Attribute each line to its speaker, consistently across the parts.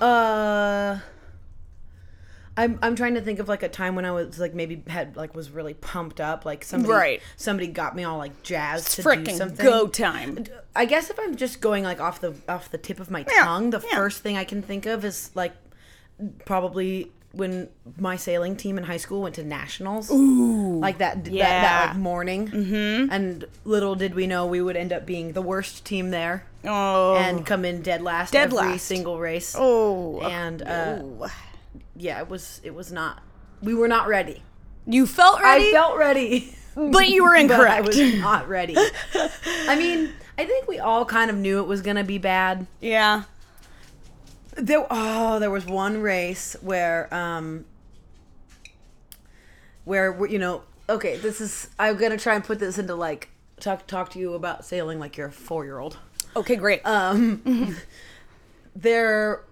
Speaker 1: Uh, I'm I'm trying to think of like a time when I was like maybe had like was really pumped up. Like somebody
Speaker 2: Right.
Speaker 1: somebody got me all like jazzed to do
Speaker 2: Freaking
Speaker 1: something.
Speaker 2: go time.
Speaker 1: I guess if I'm just going like off the off the tip of my
Speaker 2: Yeah,
Speaker 1: tongue, the
Speaker 2: yeah.
Speaker 1: first thing I can think of is like probably when my sailing team in high school went to nationals. Ooh, like that that, that
Speaker 2: yeah.
Speaker 1: like morning. Mm-hmm. And little did we know we would end up being the worst team there
Speaker 2: Oh.
Speaker 1: and come in dead last
Speaker 2: Dead
Speaker 1: every
Speaker 2: last.
Speaker 1: single race.
Speaker 2: oh.
Speaker 1: and uh, yeah, it was it was not. We were not ready.
Speaker 2: you felt ready,
Speaker 1: I felt ready.
Speaker 2: but you were
Speaker 1: but I
Speaker 2: incorrect.
Speaker 1: was not ready. I mean, I think we all kind of knew it was gonna be bad.
Speaker 2: yeah.
Speaker 1: There, oh, there was one race where, um, where we- you know, okay, this is. I'm gonna try and put this into like talk talk to you about sailing like you're a four year old.
Speaker 2: Okay, great.
Speaker 1: Um, there,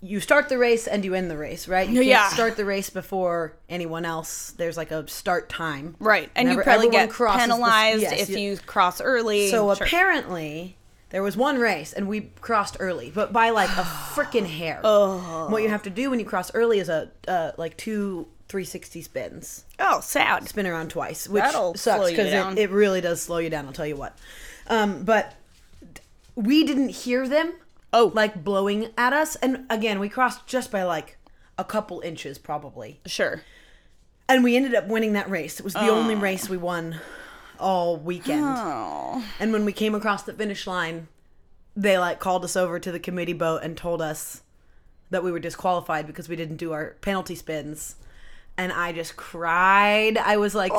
Speaker 1: you start the race and you end the race, right? You can't
Speaker 2: Yeah.
Speaker 1: start the race before anyone else. There's like a start time,
Speaker 2: right. And
Speaker 1: Whenever
Speaker 2: you probably
Speaker 1: everyone
Speaker 2: get
Speaker 1: crosses the-
Speaker 2: penalized
Speaker 1: yes,
Speaker 2: if you cross early.
Speaker 1: So
Speaker 2: Sure.
Speaker 1: apparently, there was one race, and we crossed early, but by like a freaking hair. Oh. What you have to do when you cross early is a uh, like two 360 spins,
Speaker 2: Oh, sad.
Speaker 1: spin around twice, which
Speaker 2: That'll slow
Speaker 1: sucks
Speaker 2: you
Speaker 1: because
Speaker 2: down.
Speaker 1: it, it really does slow you down. I'll tell you what. Um, but we didn't hear them.
Speaker 2: Oh.
Speaker 1: like blowing at us, and again, we crossed just by like a couple inches, probably
Speaker 2: Sure.
Speaker 1: and we ended up winning that race. It was the only race we won all weekend. And when we came across the finish line, they like called us over to the committee boat and told us that we were disqualified because we didn't do our penalty spins. And I just cried. I was like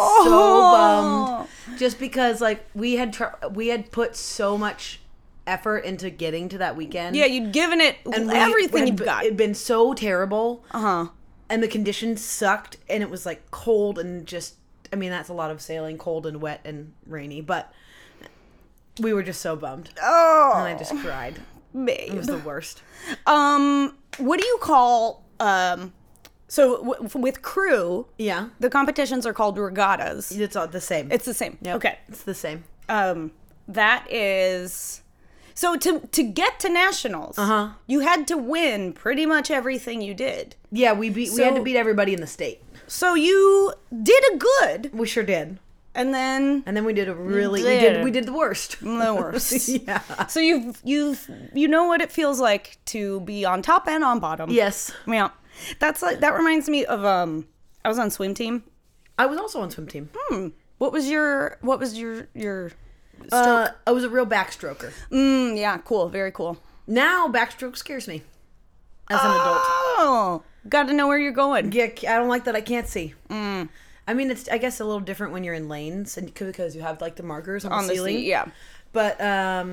Speaker 1: so bummed just because like we had tr- we had put so much effort into getting to that weekend.
Speaker 2: Yeah, you'd given it
Speaker 1: we
Speaker 2: everything
Speaker 1: had
Speaker 2: you've
Speaker 1: b-
Speaker 2: got.
Speaker 1: It'd been so terrible
Speaker 2: Uh huh.
Speaker 1: and the conditions sucked and it was like cold and just i mean that's a lot of sailing cold and wet and rainy but we were just so bummed and
Speaker 2: Oh,
Speaker 1: i just cried it was
Speaker 2: babe.
Speaker 1: the worst
Speaker 2: Um, what do you call um? So w- f- with crew,
Speaker 1: yeah
Speaker 2: the competitions are called regattas.
Speaker 1: it's all the same
Speaker 2: It's the same.
Speaker 1: Yep.
Speaker 2: Okay.
Speaker 1: it's the same
Speaker 2: Um, that is. So to to get to nationals, uh-huh. you had to win pretty much everything you did.
Speaker 1: yeah we beat we had to
Speaker 2: So-
Speaker 1: beat everybody in the state
Speaker 2: So you did a good,
Speaker 1: we sure did
Speaker 2: and then
Speaker 1: and then we did a really
Speaker 2: You
Speaker 1: we did
Speaker 2: did.
Speaker 1: we did the worst
Speaker 2: the worst.
Speaker 1: yeah
Speaker 2: So you've you've you know what it feels like to be on top and on bottom.
Speaker 1: yes
Speaker 2: Yeah. That's like that reminds me of um I was on swim team.
Speaker 1: i was also on swim team
Speaker 2: What was your what was your your
Speaker 1: uh, i was a real backstroker
Speaker 2: mm, yeah, cool, very cool.
Speaker 1: now backstroke scares me as an adult
Speaker 2: Oh, got to know where you're going.
Speaker 1: Yeah, I don't like that I can't see.
Speaker 2: Mm.
Speaker 1: I mean, it's I guess a little different when you're in lanes and because you have like the markers on the
Speaker 2: On the
Speaker 1: ceiling.
Speaker 2: seat, yeah.
Speaker 1: But um,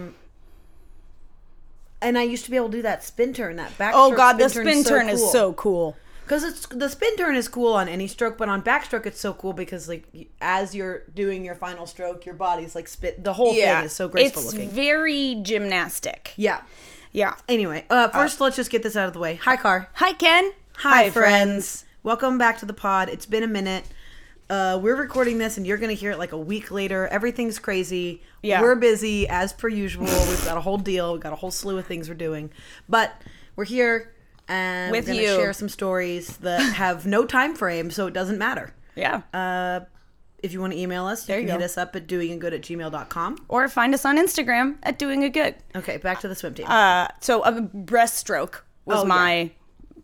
Speaker 1: and I used to be able to do that spin turn, that backstroke.
Speaker 2: Oh god, the spin turn is so cool.
Speaker 1: because it's the spin turn is cool on any stroke, but on backstroke it's so cool because like y- as you're doing your final stroke, your body's like spit. The whole thing is so graceful
Speaker 2: it's
Speaker 1: looking.
Speaker 2: very gymnastic.
Speaker 1: Yeah.
Speaker 2: Yeah.
Speaker 1: Anyway, uh, first let's just get this out of the way. Hi, car.
Speaker 2: Hi Ken.
Speaker 1: Hi, friends. Welcome back to the pod. It's been a minute. Uh, we're recording this, and you're going to hear it like a week later. Everything's crazy.
Speaker 2: Yeah.
Speaker 1: We're busy as per usual. We've got a whole deal. We've got a whole slew of things we're doing. But we're here, and
Speaker 2: With
Speaker 1: we're going to
Speaker 2: you.
Speaker 1: share some stories that have no time frame, so it doesn't matter.
Speaker 2: Yeah.
Speaker 1: Uh, if you want to email us, you
Speaker 2: There
Speaker 1: can
Speaker 2: you
Speaker 1: hit
Speaker 2: go.
Speaker 1: us up at doingandgood at gmail.com.
Speaker 2: or find us on Instagram at doing a good.
Speaker 1: Okay, back to the swim team.
Speaker 2: Uh, so a breaststroke was
Speaker 1: Oh, yeah.
Speaker 2: my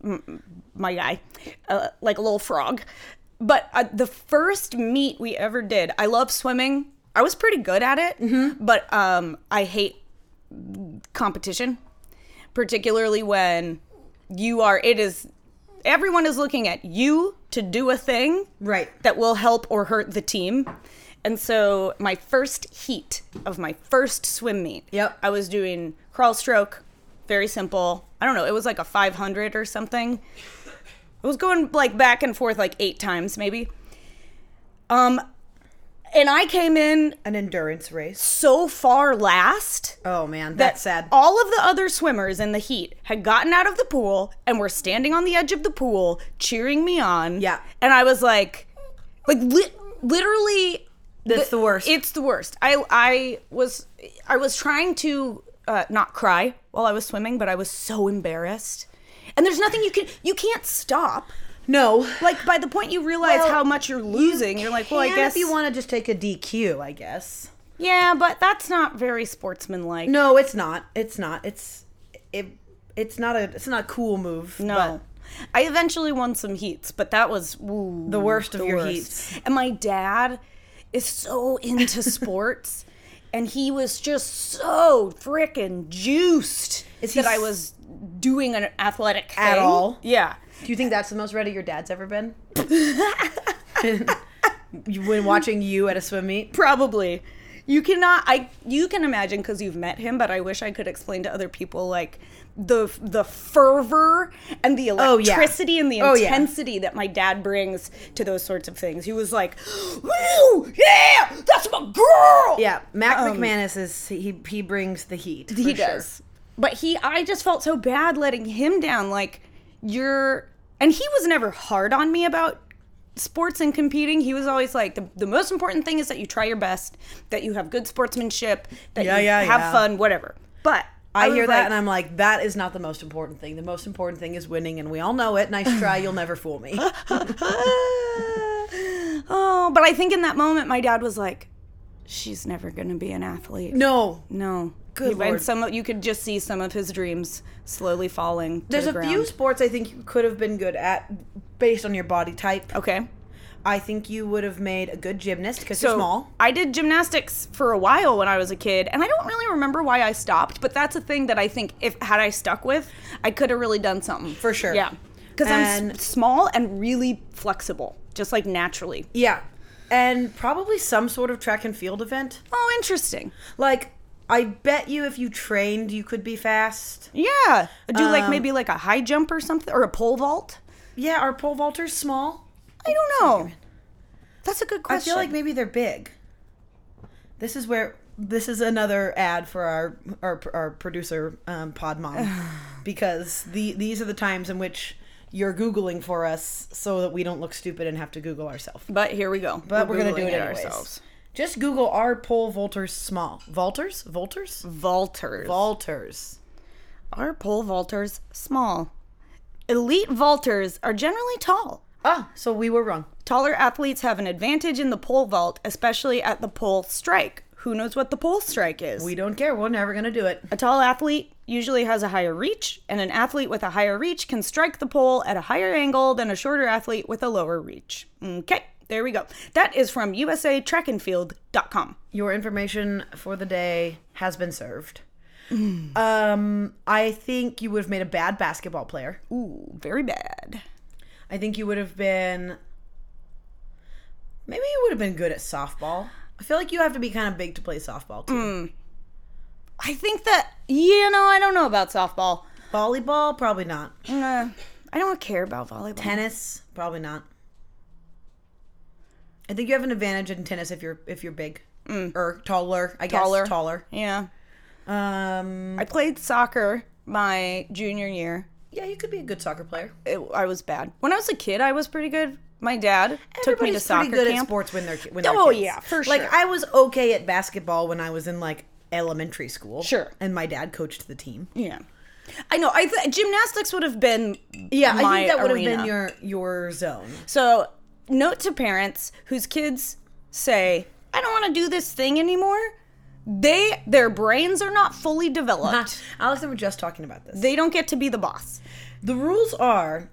Speaker 2: m- my guy, uh, like a little frog. But uh, the first meet we ever did, I love swimming. I was pretty good at it,
Speaker 1: Mm-hmm.
Speaker 2: but um, I hate competition, particularly when you are. It is everyone is looking at you to do a thing
Speaker 1: right.
Speaker 2: that will help or hurt the team. And so my first heat of my first swim meet,
Speaker 1: Yep.
Speaker 2: I was doing crawl stroke, very simple. I don't know, it was like a 500 or something. I was going like back and forth like eight times maybe. Um and I came in
Speaker 1: An endurance race.
Speaker 2: so far last
Speaker 1: Oh man,
Speaker 2: that
Speaker 1: that's sad.
Speaker 2: All of the other swimmers in the heat had gotten out of the pool and were standing on the edge of the pool cheering me on.
Speaker 1: Yeah.
Speaker 2: And I was like, like lit literally
Speaker 1: That's the worst.
Speaker 2: It's the worst. I I was I was trying to uh, not cry while I was swimming, but I was so embarrassed. And there's nothing you can you can't stop.
Speaker 1: no.
Speaker 2: Like by the point you realize
Speaker 1: Well,
Speaker 2: how much you're losing, you are like, well, I
Speaker 1: Can
Speaker 2: guess
Speaker 1: if you want to just take a DQ, I guess.
Speaker 2: Yeah, but that's not very sportsmanlike.
Speaker 1: No, it's not. It's not. It's it. It's not a. It's not a cool move.
Speaker 2: No. I eventually won some heats, but that was ooh, the
Speaker 1: worst of your heats.
Speaker 2: And my dad is so into sports, and he was just so freaking juiced
Speaker 1: Is he
Speaker 2: that I
Speaker 1: s-
Speaker 2: was doing an athletic
Speaker 1: At
Speaker 2: thing.
Speaker 1: all?
Speaker 2: Yeah.
Speaker 1: Do you think that's the most ready your dad's ever been? You- when watching you at a swim meet?
Speaker 2: Probably. You cannot I you can imagine cuz you've met him, but I wish I could explain to other people like the the fervor and the
Speaker 1: Oh, yeah.
Speaker 2: electricity and the
Speaker 1: Oh, yeah.
Speaker 2: intensity that my dad brings to those sorts of things. He was like, "Woo! Yeah! That's my girl."
Speaker 1: Yeah, Mac McManus is he he brings the heat.
Speaker 2: Um, he
Speaker 1: for sure.
Speaker 2: does. But he I just felt so bad letting him down like you're and he was never hard on me about sports and competing. He was always like the, the most important thing is that you try your best, that you have good sportsmanship, that
Speaker 1: Yeah,
Speaker 2: you
Speaker 1: yeah,
Speaker 2: have
Speaker 1: yeah.
Speaker 2: fun, whatever. But
Speaker 1: I, hear that and I'm like, that is not the most important thing. The most important thing is winning, and we all know it. Nice try, you'll never fool me.
Speaker 2: Oh, but I think in that moment my dad was like she's never going to be an athlete.
Speaker 1: No,
Speaker 2: No.
Speaker 1: Good
Speaker 2: You- and
Speaker 1: Lord.
Speaker 2: some of- you could just see some of his dreams slowly falling. to
Speaker 1: there's
Speaker 2: the
Speaker 1: a
Speaker 2: ground.
Speaker 1: few sports I think you could have been good at based on your body type.
Speaker 2: Okay.
Speaker 1: I think you would have made a good gymnast because
Speaker 2: So
Speaker 1: you're small.
Speaker 2: I did gymnastics for a while when I was a kid, and I don't really remember why I stopped. But that's a thing that I think if had I stuck with, I could have really done something
Speaker 1: For sure.
Speaker 2: Yeah, because I'm s-
Speaker 1: And-
Speaker 2: small and really flexible, just like naturally.
Speaker 1: Yeah, and probably some sort of track and field event.
Speaker 2: Oh, interesting.
Speaker 1: Like, I bet you if you trained, you could be fast.
Speaker 2: Yeah, do
Speaker 1: Um,
Speaker 2: like maybe like a high jump or something, or a pole vault.
Speaker 1: Yeah, are pole vaulters small?
Speaker 2: I don't know. That's a good
Speaker 1: I
Speaker 2: question.
Speaker 1: feel like maybe they're big. This is where this is another ad for our our, our producer um, Pod Mom, because the these are the times in which you're googling for us so that we don't look stupid and have to Google ourselves.
Speaker 2: but here we go.
Speaker 1: But we're, gonna do
Speaker 2: Googling
Speaker 1: it, anyways. Just Google are pole vaulters small? Vaulters? Vaulters?
Speaker 2: Vaulters.
Speaker 1: Vaulters.
Speaker 2: Are pole vaulters small? Elite vaulters are generally tall.
Speaker 1: Ah, so we were wrong.
Speaker 2: Taller athletes have an advantage in the pole vault, especially at the pole strike. Who knows what the pole strike is?
Speaker 1: We don't care. We're never gonna do it.
Speaker 2: a tall athlete usually has a higher reach, and an athlete with a higher reach can strike the pole at a higher angle than a shorter athlete with a lower reach. Okay, there we go. That is from usatrackandfield.com.
Speaker 1: your information for the day has been served. Um, I think you would have made a bad basketball player.
Speaker 2: Ooh, very bad.
Speaker 1: I think you would have been. Maybe you would have been good at softball. I feel like you have to be kind of big to play softball too.
Speaker 2: I think that, you know, I don't know about softball.
Speaker 1: Volleyball, probably not.
Speaker 2: Uh, I don't care about volleyball.
Speaker 1: Tennis, probably not. I think you have an advantage in tennis if you're if you're big or taller. I
Speaker 2: Taller.
Speaker 1: guess taller.
Speaker 2: Yeah.
Speaker 1: Um,
Speaker 2: I played soccer my junior year.
Speaker 1: yeah, you could be a good soccer player.
Speaker 2: it, I was bad. When I was a kid, I was pretty good. My dad took me to
Speaker 1: Everybody's
Speaker 2: soccer
Speaker 1: pretty good
Speaker 2: camp.
Speaker 1: at sports when they're ki- when
Speaker 2: Oh,
Speaker 1: they're kids.
Speaker 2: yeah, for
Speaker 1: Like
Speaker 2: sure.
Speaker 1: I was okay at basketball when I was in like elementary school.
Speaker 2: Sure.
Speaker 1: And my dad coached the team.
Speaker 2: Yeah, I know. I th- gymnastics would have been
Speaker 1: Yeah,
Speaker 2: my
Speaker 1: I think that would have
Speaker 2: arena.
Speaker 1: been your your zone.
Speaker 2: So, note to parents whose kids say, "I don't want to do this thing anymore." They their brains are not fully developed.
Speaker 1: Alex and I were Uh, just talking about this.
Speaker 2: They don't get to be the boss.
Speaker 1: The rules are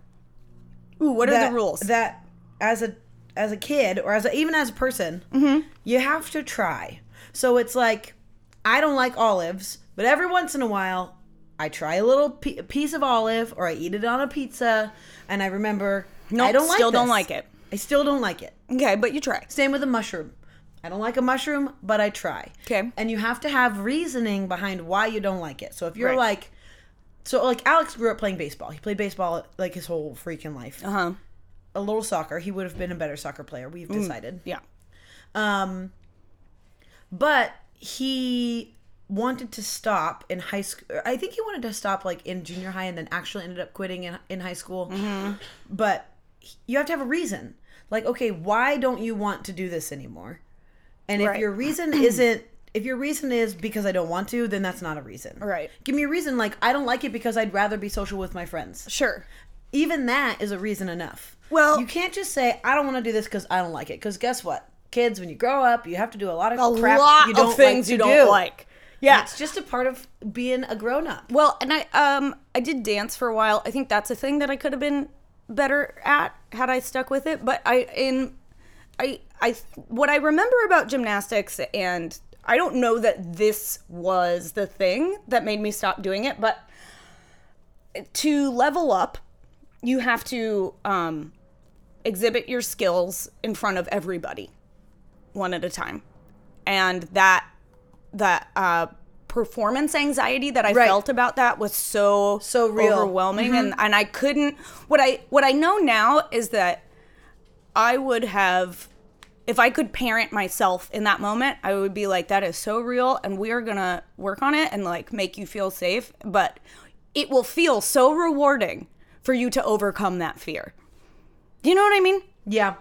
Speaker 2: Ooh, what are
Speaker 1: that,
Speaker 2: the rules?
Speaker 1: that as a as a kid or as a, even as a person, you have to try. So it's like I don't like olives, but every once in a while I try a little p- piece of olive or I eat it on a pizza and I remember
Speaker 2: Nope,
Speaker 1: I don't like
Speaker 2: still don't
Speaker 1: this.
Speaker 2: like it.
Speaker 1: I still don't like it.
Speaker 2: Okay, but you try.
Speaker 1: Same with a mushroom. I don't like a mushroom, but I try.
Speaker 2: 'Kay.
Speaker 1: And you have to have reasoning behind why you don't like it. So if you're
Speaker 2: Right.
Speaker 1: like, so like Alex grew up playing baseball. He played baseball like his whole freaking life.
Speaker 2: Uh huh.
Speaker 1: A little soccer. He would have been a better soccer player. We've decided.
Speaker 2: Yeah.
Speaker 1: Um, but he wanted to stop in high school. I think he wanted to stop like in junior high and then actually ended up quitting in, in high school.
Speaker 2: Mm-hmm.
Speaker 1: But he- you have to have a reason. Like, okay, why don't you want to do this anymore? And if
Speaker 2: Right.
Speaker 1: your reason isn't, if your reason is because I don't want to, then that's not a reason.
Speaker 2: Right.
Speaker 1: Give me a reason like I don't like it because I'd rather be social with my friends
Speaker 2: Sure.
Speaker 1: even that is a reason enough.
Speaker 2: Well-
Speaker 1: you can't just say I don't want to do this because I don't like it. Because guess what, kids, when you grow up, you have to do a lot of
Speaker 2: A
Speaker 1: crap
Speaker 2: lot
Speaker 1: you don't
Speaker 2: of things
Speaker 1: like to
Speaker 2: you don't
Speaker 1: do.
Speaker 2: like. Yeah.
Speaker 1: It's just a part of being a grown up.
Speaker 2: Well, and I um I did dance for a while. I think that's a thing that I could have been better at had I stuck with it. But I in I I what I remember about gymnastics and I don't know that this was the thing that made me stop doing it, but to level up, you have to um, exhibit your skills in front of everybody, one at a time, and that that uh, performance anxiety that I
Speaker 1: Right.
Speaker 2: felt about that was so
Speaker 1: So real. Mm-hmm.
Speaker 2: overwhelming, and and I couldn't. What I what I know now is that I would have. If I could parent myself in that moment, I would be like, that is so real, and we are gonna work on it and like make you feel safe. But it will feel so rewarding for you to overcome that fear. Do you know what I mean?
Speaker 1: Yeah.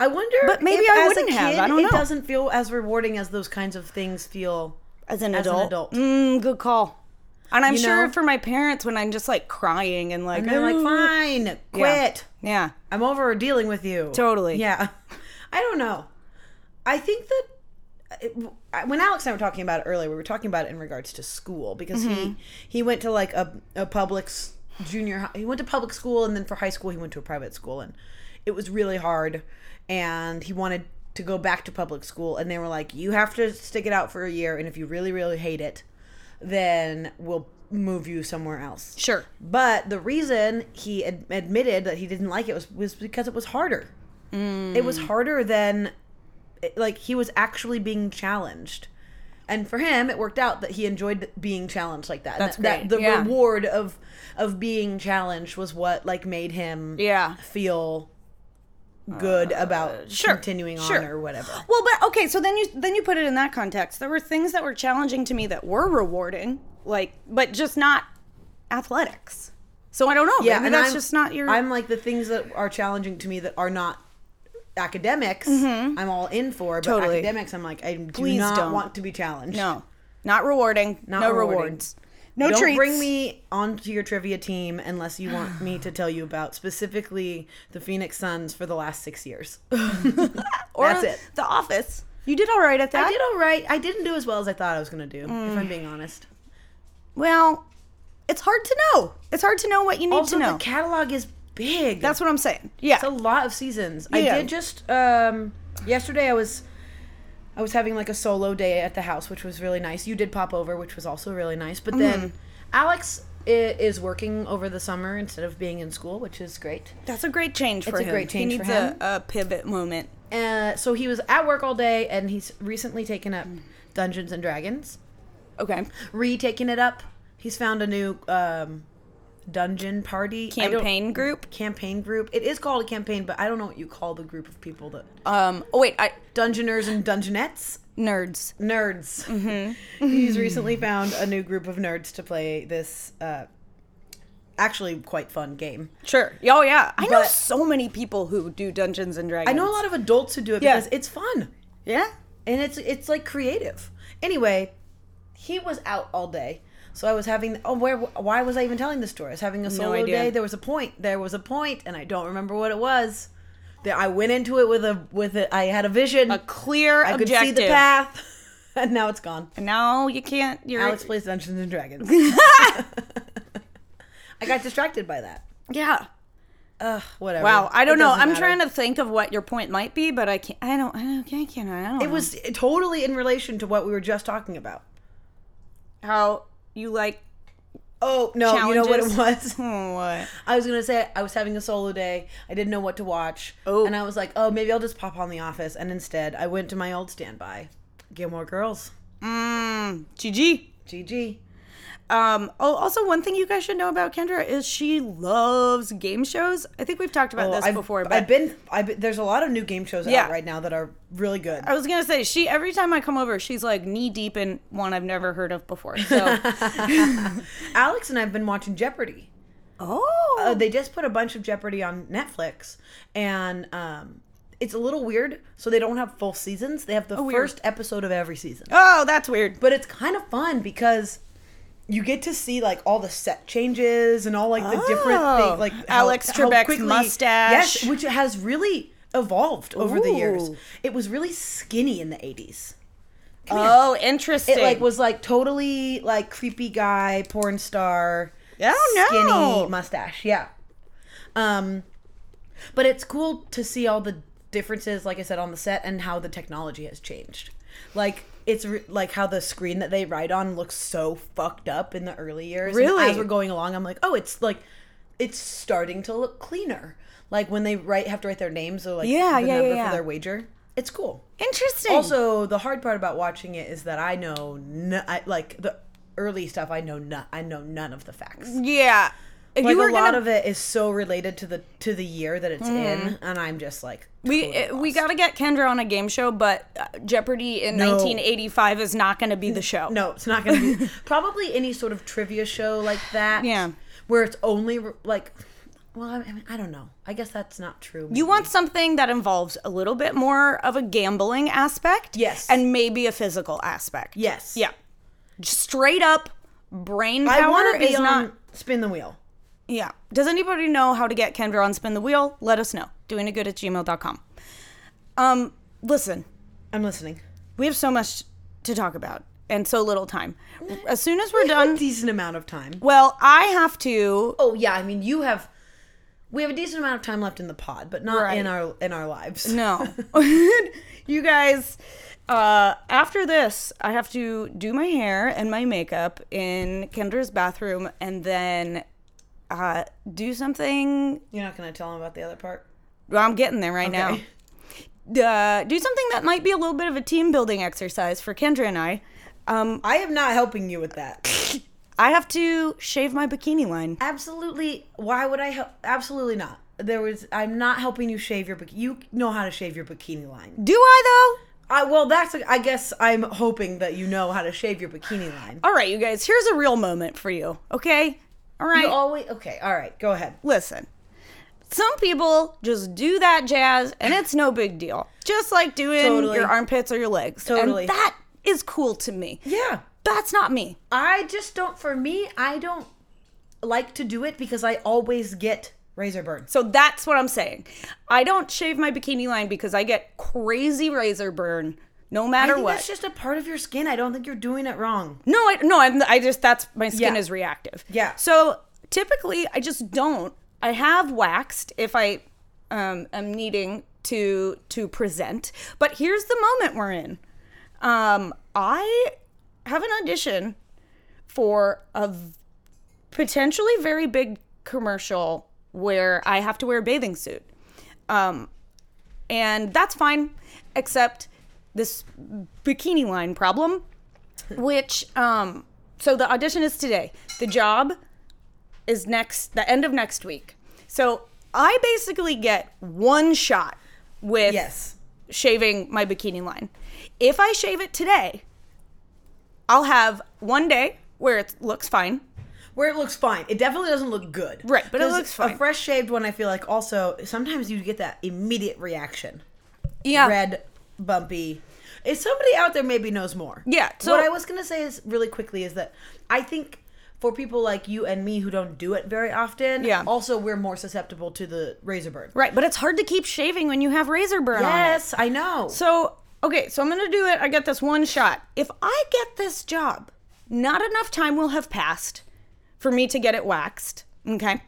Speaker 1: I wonder.
Speaker 2: But maybe
Speaker 1: if,
Speaker 2: I
Speaker 1: as a
Speaker 2: wouldn't have.
Speaker 1: kid,
Speaker 2: I don't know.
Speaker 1: It doesn't feel as rewarding as those kinds of things feel.
Speaker 2: As an
Speaker 1: As an
Speaker 2: adult.
Speaker 1: adult.
Speaker 2: Mm, good call. And I'm
Speaker 1: You
Speaker 2: sure
Speaker 1: know?
Speaker 2: for my parents when I'm just like crying and like,
Speaker 1: And they're like,
Speaker 2: "Ooh."
Speaker 1: fine,
Speaker 2: Yeah.
Speaker 1: quit.
Speaker 2: Yeah.
Speaker 1: I'm over dealing with you.
Speaker 2: Totally.
Speaker 1: Yeah. I don't know. I think that it, when Alex and I were talking about it earlier, we were talking about it in regards to school because he he went to like a a public s- junior hi- he went to public school and then for high school he went to a private school and it was really hard and he wanted to go back to public school and they were like you have to stick it out for a year and if you really really hate it then we'll move you somewhere else.
Speaker 2: Sure.
Speaker 1: But the reason he ad- admitted that he didn't like it was, was because it was harder. It
Speaker 2: Mm.
Speaker 1: was harder than, it- like, he was actually being challenged. And for him, it worked out that he enjoyed being challenged like that.
Speaker 2: That's
Speaker 1: And that,
Speaker 2: great.
Speaker 1: that the
Speaker 2: Yeah.
Speaker 1: reward of of being challenged was what like made him
Speaker 2: Yeah.
Speaker 1: feel good about
Speaker 2: Uh, sure,
Speaker 1: continuing on
Speaker 2: sure.
Speaker 1: or whatever.
Speaker 2: Well, but okay, so then you then you put it in that context. There were things that were challenging to me that were rewarding, like but just not athletics. So I don't know. Yeah, maybe that's
Speaker 1: I'm,
Speaker 2: just not your
Speaker 1: I'm like the things that are challenging to me that are not academics. I'm all in for, but
Speaker 2: Totally.
Speaker 1: academics, I'm like I do
Speaker 2: Please
Speaker 1: not
Speaker 2: don't.
Speaker 1: want to be challenged.
Speaker 2: No. Not rewarding. no
Speaker 1: rewarding.
Speaker 2: rewards. No
Speaker 1: don't
Speaker 2: treats.
Speaker 1: bring me onto your trivia team unless you want me to tell you about specifically the Phoenix Suns for the last six years.
Speaker 2: or
Speaker 1: That's it.
Speaker 2: The office. You did all right at that.
Speaker 1: I did all right. I didn't do as well as I thought I was going to do, if I'm being honest.
Speaker 2: Well, it's hard to know. It's hard to know what you need
Speaker 1: Also,
Speaker 2: to know.
Speaker 1: the catalog is big.
Speaker 2: That's what I'm saying. Yeah.
Speaker 1: It's a lot of seasons.
Speaker 2: Yeah.
Speaker 1: I did just um yesterday I was I was having like a solo day at the house, which was really nice. You did pop over, which was also really nice. But then Alex i- is working over the summer instead of being in school, which is great.
Speaker 2: That's a great change for
Speaker 1: a
Speaker 2: him.
Speaker 1: great change
Speaker 2: he
Speaker 1: for
Speaker 2: needs
Speaker 1: him.
Speaker 2: A, a pivot moment.
Speaker 1: Uh, so he was at work all day, and he's recently taken up Dungeons and Dragons,
Speaker 2: Okay.
Speaker 1: retaking it up. He's found a new um, dungeon party I don't-
Speaker 2: Campaign group.
Speaker 1: campaign group. It is called a campaign, but I don't know what you call the group of people that
Speaker 2: Um. Oh wait. I
Speaker 1: dungeoners and dungeonettes.
Speaker 2: nerds.
Speaker 1: nerds.
Speaker 2: Mm-hmm.
Speaker 1: He's recently found a new group of nerds to play this uh, actually quite fun game.
Speaker 2: Sure. Oh yeah. I know
Speaker 1: But-
Speaker 2: so many people who do Dungeons and Dragons.
Speaker 1: I know a lot of adults who do it
Speaker 2: Yeah.
Speaker 1: because it's fun
Speaker 2: Yeah.
Speaker 1: and it's it's like creative. Anyway, he was out all day. So I was having oh where why was I even telling this story? I was having a solo
Speaker 2: idea.
Speaker 1: day. There was a point. There was a point, and I don't remember what it was. That I went into it with a with it. I had a vision.
Speaker 2: A clear
Speaker 1: I could
Speaker 2: objective.
Speaker 1: see the path, and now it's gone.
Speaker 2: No, you can't. You're.
Speaker 1: Alex plays Dungeons and Dragons. I got distracted by that.
Speaker 2: yeah.
Speaker 1: Ugh, whatever.
Speaker 2: Wow. I don't
Speaker 1: It
Speaker 2: know.
Speaker 1: doesn't
Speaker 2: I'm
Speaker 1: matter.
Speaker 2: trying to think of what your point might be, but I can't. I don't. I don't. I can't. I don't.
Speaker 1: It was totally in relation to what we were just talking about.
Speaker 2: how you like.
Speaker 1: Oh no! You know what it was?
Speaker 2: Oh, what?
Speaker 1: I was gonna say I was having a solo day. I didn't know what to watch,
Speaker 2: Oh.
Speaker 1: and I was like, "Oh, maybe I'll just pop on The Office." And instead, I went to my old standby, Gilmore Girls.
Speaker 2: Mm, GG.
Speaker 1: GG.
Speaker 2: Um, oh, also, one thing you guys should know about Kendra is she loves game shows. I think we've talked about
Speaker 1: Well,
Speaker 2: this
Speaker 1: I've,
Speaker 2: before, but
Speaker 1: I've been, I've been- There's a lot of new game shows
Speaker 2: Yeah.
Speaker 1: out right now that are really good.
Speaker 2: I was gonna say she every time I come over, she's like knee deep in one I've never heard of before. So
Speaker 1: Alex and I've been watching Jeopardy.
Speaker 2: oh,
Speaker 1: Uh, they just put a bunch of Jeopardy on Netflix, and um, it's a little weird. So they don't have full seasons; they have the
Speaker 2: Oh, weird.
Speaker 1: first episode of every season.
Speaker 2: oh, that's weird.
Speaker 1: But it's kind of fun because you get to see like all the set changes and all like the different
Speaker 2: Oh.
Speaker 1: things, like
Speaker 2: Alex Trebek's mustache.
Speaker 1: yes, which has really evolved over the years.
Speaker 2: Ooh.
Speaker 1: It was really skinny in the eighties.
Speaker 2: Oh, interesting.
Speaker 1: It like was like totally like creepy guy porn star.
Speaker 2: Oh, no.
Speaker 1: Skinny mustache. Yeah. Um, but it's cool to see all the differences, like I said, on the set and how the technology has changed. Like it's re- like how the screen that they write on looks so fucked up in the early years. And
Speaker 2: Really?
Speaker 1: as we're going along, I'm like, oh, it's like it's starting to look cleaner. Like when they write have to write their names or like
Speaker 2: Yeah,
Speaker 1: the
Speaker 2: yeah,
Speaker 1: number
Speaker 2: yeah, yeah.
Speaker 1: for their wager. It's cool.
Speaker 2: interesting.
Speaker 1: Also, the hard part about watching it is that I know, n- I, like the early stuff. I know, no- I know none of the facts.
Speaker 2: yeah, if
Speaker 1: Like
Speaker 2: Mm-hmm. you were
Speaker 1: a lot
Speaker 2: gonna,
Speaker 1: of it is so related to the to the year that it's in, and I'm just like,
Speaker 2: Mm-hmm. we uh, we gotta get Kendra on a game show, but uh, Jeopardy in 1985 is not gonna be the show.
Speaker 1: no, it's not going to be probably any sort of trivia show like that.
Speaker 2: Yeah.
Speaker 1: where it's only re- like, well, I, I mean, I don't know. I guess that's not true.
Speaker 2: You want something that involves a little bit more of a gambling aspect,
Speaker 1: Yes.
Speaker 2: and maybe a physical aspect.
Speaker 1: yes,
Speaker 2: yeah. Straight up brain power
Speaker 1: I want to be
Speaker 2: is
Speaker 1: on
Speaker 2: not
Speaker 1: spin the wheel.
Speaker 2: Yeah. Does anybody know how to get Kendra on Spin the Wheel? Let us know. Doingitgood at gmail.com. Um, listen,
Speaker 1: I'm listening.
Speaker 2: we have so much to talk about and so little time. As soon as we're done,
Speaker 1: decent amount of time.
Speaker 2: well, I have to.
Speaker 1: Oh yeah, I mean you have we have a decent amount of time left in the pod, but not
Speaker 2: Right.
Speaker 1: in our in our lives.
Speaker 2: No. you guys, uh, after this, I have to do my hair and my makeup in Kendra's bathroom and then uh, do something
Speaker 1: You're not gonna tell them about the other part.
Speaker 2: Well, I'm getting there right
Speaker 1: Okay.
Speaker 2: now. Uh, do something that might be a little bit of a team building exercise for Kendra and I. Um,
Speaker 1: I am not helping you with that.
Speaker 2: I have to shave my bikini line.
Speaker 1: absolutely. Why would I help? Absolutely not. There was. I'm not helping you shave your. Bik- you know how to shave your bikini line.
Speaker 2: Do I
Speaker 1: I, well, that's. I guess I'm hoping that you know how to shave your bikini line.
Speaker 2: though? All right, you guys, here's a real moment for you, okay? All right,
Speaker 1: You always. Okay. All right. Go ahead.
Speaker 2: listen. Some people just do that jazz and it's no big deal. Just like doing
Speaker 1: Totally.
Speaker 2: your armpits or your legs.
Speaker 1: Totally.
Speaker 2: And that is cool to me.
Speaker 1: Yeah.
Speaker 2: That's not me.
Speaker 1: I just don't. For me, I don't like to do it because I always get razor burn.
Speaker 2: So that's what I'm saying. I don't shave my bikini line because I get crazy razor burn no matter
Speaker 1: I think
Speaker 2: what.
Speaker 1: that's just a part of your skin. I don't think you're doing it wrong.
Speaker 2: No, I no, I'm, I just that's my skin
Speaker 1: Yeah.
Speaker 2: is reactive.
Speaker 1: Yeah.
Speaker 2: So typically, I just don't. I have waxed if I um, am needing to to present, but here's the moment we're in. Um, I have an audition for a v- potentially very big commercial where I have to wear a bathing suit. Um, and that's fine, except this bikini line problem, which, um, so the audition is today. The job is next, the end of next week. So I basically get one shot with
Speaker 1: Yes.
Speaker 2: shaving my bikini line. If I shave it today, I'll have one day where it looks fine.
Speaker 1: Where it looks fine. It definitely doesn't look good.
Speaker 2: Right, but it
Speaker 1: 'Cause
Speaker 2: looks fine.
Speaker 1: A fresh shaved one, I feel like also sometimes you get that immediate reaction.
Speaker 2: Yeah.
Speaker 1: Red, bumpy. If somebody out there maybe knows more.
Speaker 2: Yeah, so-
Speaker 1: what I was gonna say is really quickly is that I think for people like you and me who don't do it very often,
Speaker 2: Yeah.
Speaker 1: also we're more susceptible to the razor burn.
Speaker 2: Right, but it's hard to keep shaving when you have razor burn on it.
Speaker 1: Yes, I know.
Speaker 2: So, okay, so I'm going to do it. I get this one shot. If I get this job, not enough time will have passed for me to get it waxed, okay?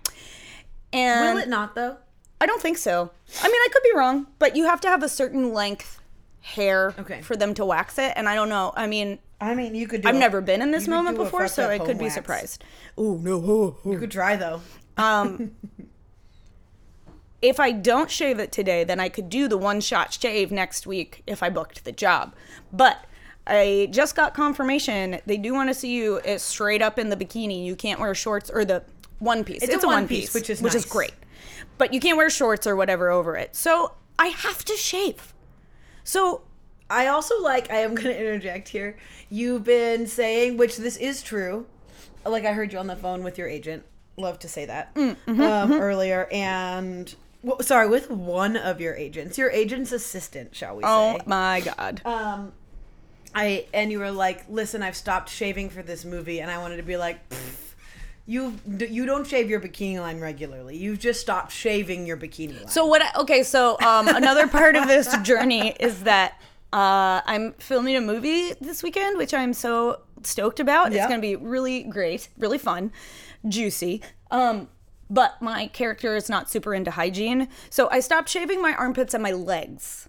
Speaker 2: And
Speaker 1: Will it not though?
Speaker 2: I don't think so. I mean, I could be wrong, but you have to have a certain length hair
Speaker 1: Okay.
Speaker 2: for them to wax it, and I don't know. I mean,
Speaker 1: I mean, you could. Do
Speaker 2: I've never been in this
Speaker 1: you could
Speaker 2: moment
Speaker 1: do a
Speaker 2: before,
Speaker 1: fucked
Speaker 2: so
Speaker 1: up
Speaker 2: I could
Speaker 1: home
Speaker 2: be
Speaker 1: wax.
Speaker 2: surprised. Oh no!
Speaker 1: You could try though.
Speaker 2: Um, if I don't shave it today, then I could do the one shot shave next week if I booked the job. But I just got confirmation. They do want to see you uh, straight up in the bikini. You can't wear shorts or the one piece. It's, a, one piece,
Speaker 1: which is
Speaker 2: which is
Speaker 1: nice.
Speaker 2: great, but you can't wear shorts or whatever over it. So I have to shave. So
Speaker 1: I also like, I am going to interject here. You've been saying, which this is true, like I heard you on the phone with your agent. Love to say that
Speaker 2: Mm, mm-hmm,
Speaker 1: um, earlier. And, well, sorry, with one of your agents, your agent's assistant, shall we
Speaker 2: oh
Speaker 1: say.
Speaker 2: my god,
Speaker 1: Um, I and you were like, listen, I've stopped shaving for this movie, and I wanted to be like, "Pfft, you d- you don't shave your bikini line regularly. You've just stopped shaving your bikini line.
Speaker 2: So what? I, okay, so um, another part of this journey is that uh, I'm filming a movie this weekend, which I'm so stoked about.
Speaker 1: Yeah.
Speaker 2: It's going to be really great, really fun, juicy. Um, but my character is not super into hygiene, so I stopped shaving my armpits and my legs,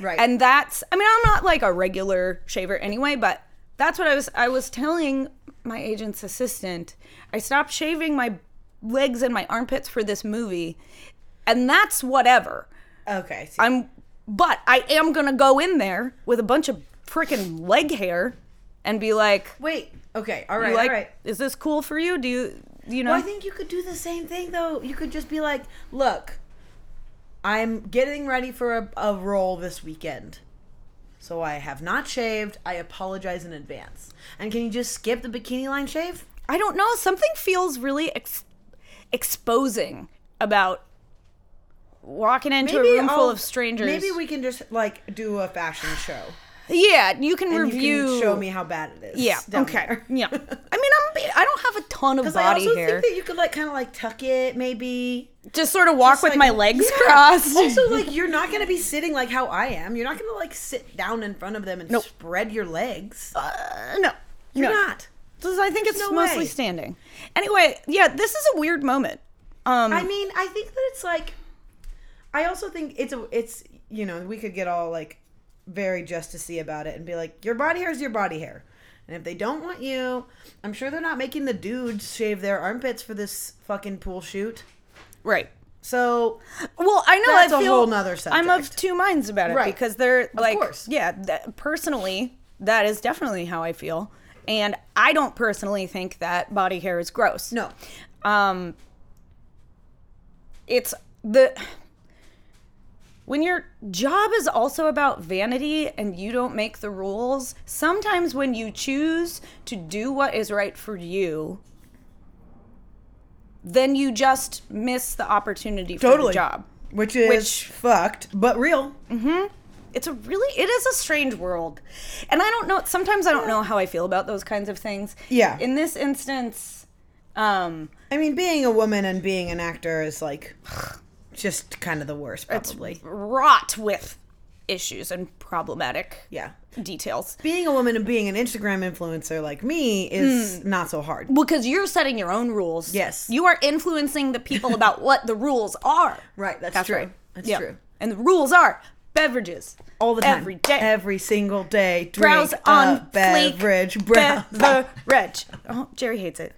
Speaker 1: right.
Speaker 2: and that's. I mean, I'm not like a regular shaver anyway, but that's what I was. I was telling my agent's assistant, I stopped shaving my legs and my armpits for this movie, and that's whatever.
Speaker 1: okay. see.
Speaker 2: I'm, but I am gonna go in there with a bunch of freaking leg hair and be like,
Speaker 1: Wait. Okay. All right.
Speaker 2: you like,
Speaker 1: all right.
Speaker 2: is this cool for you? Do you, do you know?
Speaker 1: Well, I think you could do the same thing though. You could just be like, look, I'm getting ready for a, a role this weekend. So I have not shaved. I apologize in advance. And can you just skip the bikini line shave?
Speaker 2: I don't know. Something feels really ex- exposing about walking into a room
Speaker 1: I'll-
Speaker 2: full of strangers.
Speaker 1: Maybe we can just like do a fashion show.
Speaker 2: yeah, you can
Speaker 1: And
Speaker 2: review.
Speaker 1: You can show me how bad it is.
Speaker 2: Yeah.
Speaker 1: down
Speaker 2: Okay.
Speaker 1: there.
Speaker 2: Yeah. I mean, I'm. be- I don't have a ton of
Speaker 1: 'Cause I
Speaker 2: body
Speaker 1: also
Speaker 2: hair.
Speaker 1: think that you could like kind of like tuck it, maybe.
Speaker 2: just sort of walk
Speaker 1: Just,
Speaker 2: with
Speaker 1: like-
Speaker 2: my legs
Speaker 1: Yeah.
Speaker 2: crossed.
Speaker 1: Also, like you're not gonna be sitting like how I am. You're not gonna like sit down in front of them and
Speaker 2: Nope.
Speaker 1: spread your legs.
Speaker 2: Uh, no.
Speaker 1: You're
Speaker 2: no.
Speaker 1: not.
Speaker 2: This- I think it's
Speaker 1: no
Speaker 2: mostly
Speaker 1: way.
Speaker 2: standing. Anyway, yeah, this is a weird moment. Um,
Speaker 1: I mean, I think that it's like. I also think it's a it's you know we could get all like very justicey about it and be like your body hair is your body hair, and if they don't want you, I'm sure they're not making the dudes shave their armpits for this fucking pool shoot.
Speaker 2: right.
Speaker 1: So
Speaker 2: Well, I know
Speaker 1: That's
Speaker 2: I
Speaker 1: a
Speaker 2: feel
Speaker 1: whole nother
Speaker 2: I'm of
Speaker 1: subject.
Speaker 2: two minds about it
Speaker 1: Right.
Speaker 2: because they're like,
Speaker 1: course.
Speaker 2: yeah, that, personally, that is definitely how I feel, and I don't personally think that body hair is gross.
Speaker 1: no,
Speaker 2: um it's the when your job is also about vanity and you don't make the rules sometimes when you choose to do what is right for you then you just miss the opportunity for
Speaker 1: totally
Speaker 2: the job
Speaker 1: which is
Speaker 2: Which-
Speaker 1: fucked but real.
Speaker 2: it's a really it is a strange world and i don't know sometimes i don't know how i feel about those kinds of things
Speaker 1: Yeah.
Speaker 2: in this instance um
Speaker 1: I mean, being a woman and being an actor is like just kind of the worst, probably.
Speaker 2: wrought with issues and problematic
Speaker 1: yeah.
Speaker 2: details
Speaker 1: Being a woman and being an Instagram influencer like me is
Speaker 2: Hmm.
Speaker 1: not so hard.
Speaker 2: because you're setting your own rules.
Speaker 1: Yes.
Speaker 2: You are influencing the people about what the rules are.
Speaker 1: Right, that's, true. That's
Speaker 2: Yeah.
Speaker 1: true.
Speaker 2: And the rules are beverages
Speaker 1: All the time.
Speaker 2: every day.
Speaker 1: Every single day. Drink
Speaker 2: browse
Speaker 1: a
Speaker 2: on fleek
Speaker 1: beverage. Browse.
Speaker 2: beverage. Oh, Jerry hates it.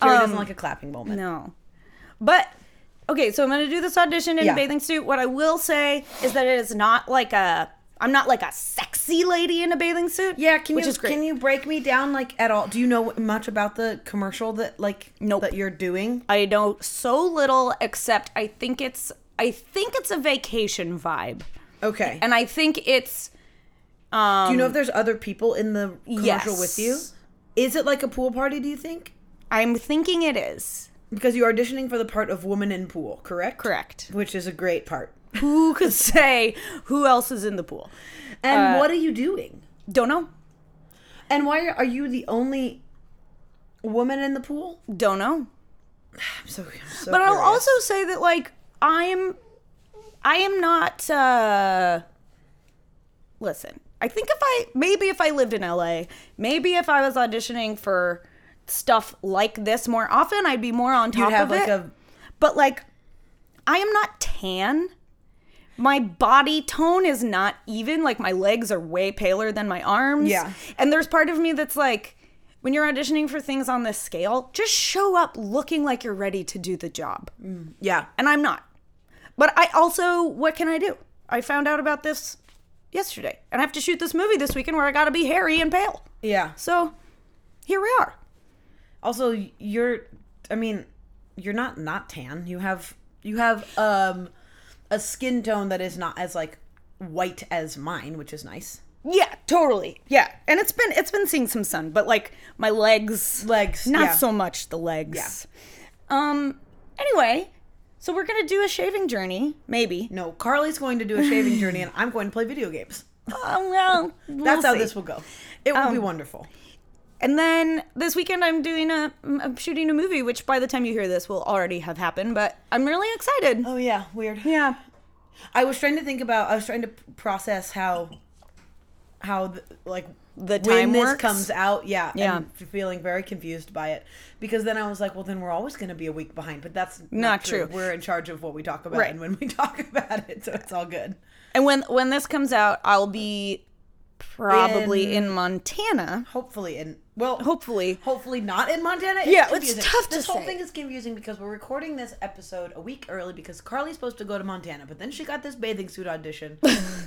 Speaker 1: Jerry doesn't like a clapping moment.
Speaker 2: um, No. But okay, so I'm gonna do this audition in
Speaker 1: Yeah.
Speaker 2: a bathing suit. What I will say is that it is not like a I'm not like a sexy lady in a bathing suit.
Speaker 1: Yeah, can
Speaker 2: which
Speaker 1: you
Speaker 2: is great.
Speaker 1: can you break me down like at all? Do you know much about the commercial that like
Speaker 2: Nope.
Speaker 1: that you're doing?
Speaker 2: I know so little except I think it's I think it's a vacation vibe.
Speaker 1: Okay.
Speaker 2: And I think it's
Speaker 1: do you know if there's other people in the commercial with you?
Speaker 2: Um, Yes.
Speaker 1: Is it like a pool party? Do you think?
Speaker 2: I'm thinking it is.
Speaker 1: Because you're auditioning for the part of woman in pool, correct?
Speaker 2: Correct.
Speaker 1: Which is a great part.
Speaker 2: Who could say who else is in the pool?
Speaker 1: And what are you doing?
Speaker 2: Don't know.
Speaker 1: Uh, And why are you the only woman in the pool?
Speaker 2: Don't know.
Speaker 1: I'm so, I'm so
Speaker 2: But I'll
Speaker 1: curious.
Speaker 2: also say that like I'm I am not uh listen. I think if I maybe if I lived in LA, maybe if I was auditioning for stuff like this more often, I'd be more on top
Speaker 1: you'd
Speaker 2: of
Speaker 1: have like
Speaker 2: it.
Speaker 1: a
Speaker 2: but like I am not tan. My body tone is not even. Like my legs are way paler than my arms.
Speaker 1: Yeah.
Speaker 2: And there's part of me that's like, when you're auditioning for things on this scale, just show up looking like you're ready to do the job.
Speaker 1: yeah.
Speaker 2: And I'm not. But I also, what can I do? I found out about this yesterday, and I have to shoot this movie this weekend where I got to be hairy and pale.
Speaker 1: Yeah.
Speaker 2: So here we are.
Speaker 1: Also, you're I mean, you're not not tan. You have you have um a skin tone that is not as like white as mine, which is nice.
Speaker 2: Yeah, totally. Yeah, and it's been it's been seeing some sun, but like my legs,
Speaker 1: Legs,
Speaker 2: not
Speaker 1: yeah.
Speaker 2: so much the legs. Um. Anyway, so we're gonna do a shaving journey, maybe.
Speaker 1: No, Carly's going to do a shaving journey and I'm going to play video games.
Speaker 2: Oh well,
Speaker 1: That's
Speaker 2: we'll
Speaker 1: how
Speaker 2: see.
Speaker 1: this will go. It will be wonderful.
Speaker 2: And then this weekend, I'm doing a I'm shooting a movie, which by the time you hear this will already have happened. But I'm really excited.
Speaker 1: Oh yeah, weird.
Speaker 2: Yeah.
Speaker 1: I was trying to think about I was trying to process how how th- like
Speaker 2: The
Speaker 1: when
Speaker 2: time
Speaker 1: this
Speaker 2: works?
Speaker 1: comes out, yeah,
Speaker 2: Yeah.
Speaker 1: and f- feeling very confused by it because then I was like, well, then we're always going to be a week behind, but that's not,
Speaker 2: Not true.
Speaker 1: We're in charge of what we talk about
Speaker 2: Right.
Speaker 1: and when we talk about it, so it's all good.
Speaker 2: And when when this comes out, I'll be probably in, Montana.
Speaker 1: Hopefully, and well,
Speaker 2: Hopefully.
Speaker 1: hopefully not in Montana.
Speaker 2: Yeah, it's
Speaker 1: confusing.
Speaker 2: tough to
Speaker 1: This whole
Speaker 2: say.
Speaker 1: thing is confusing because we're recording this episode a week early because Carly's supposed to go to Montana, but then she got this bathing suit audition,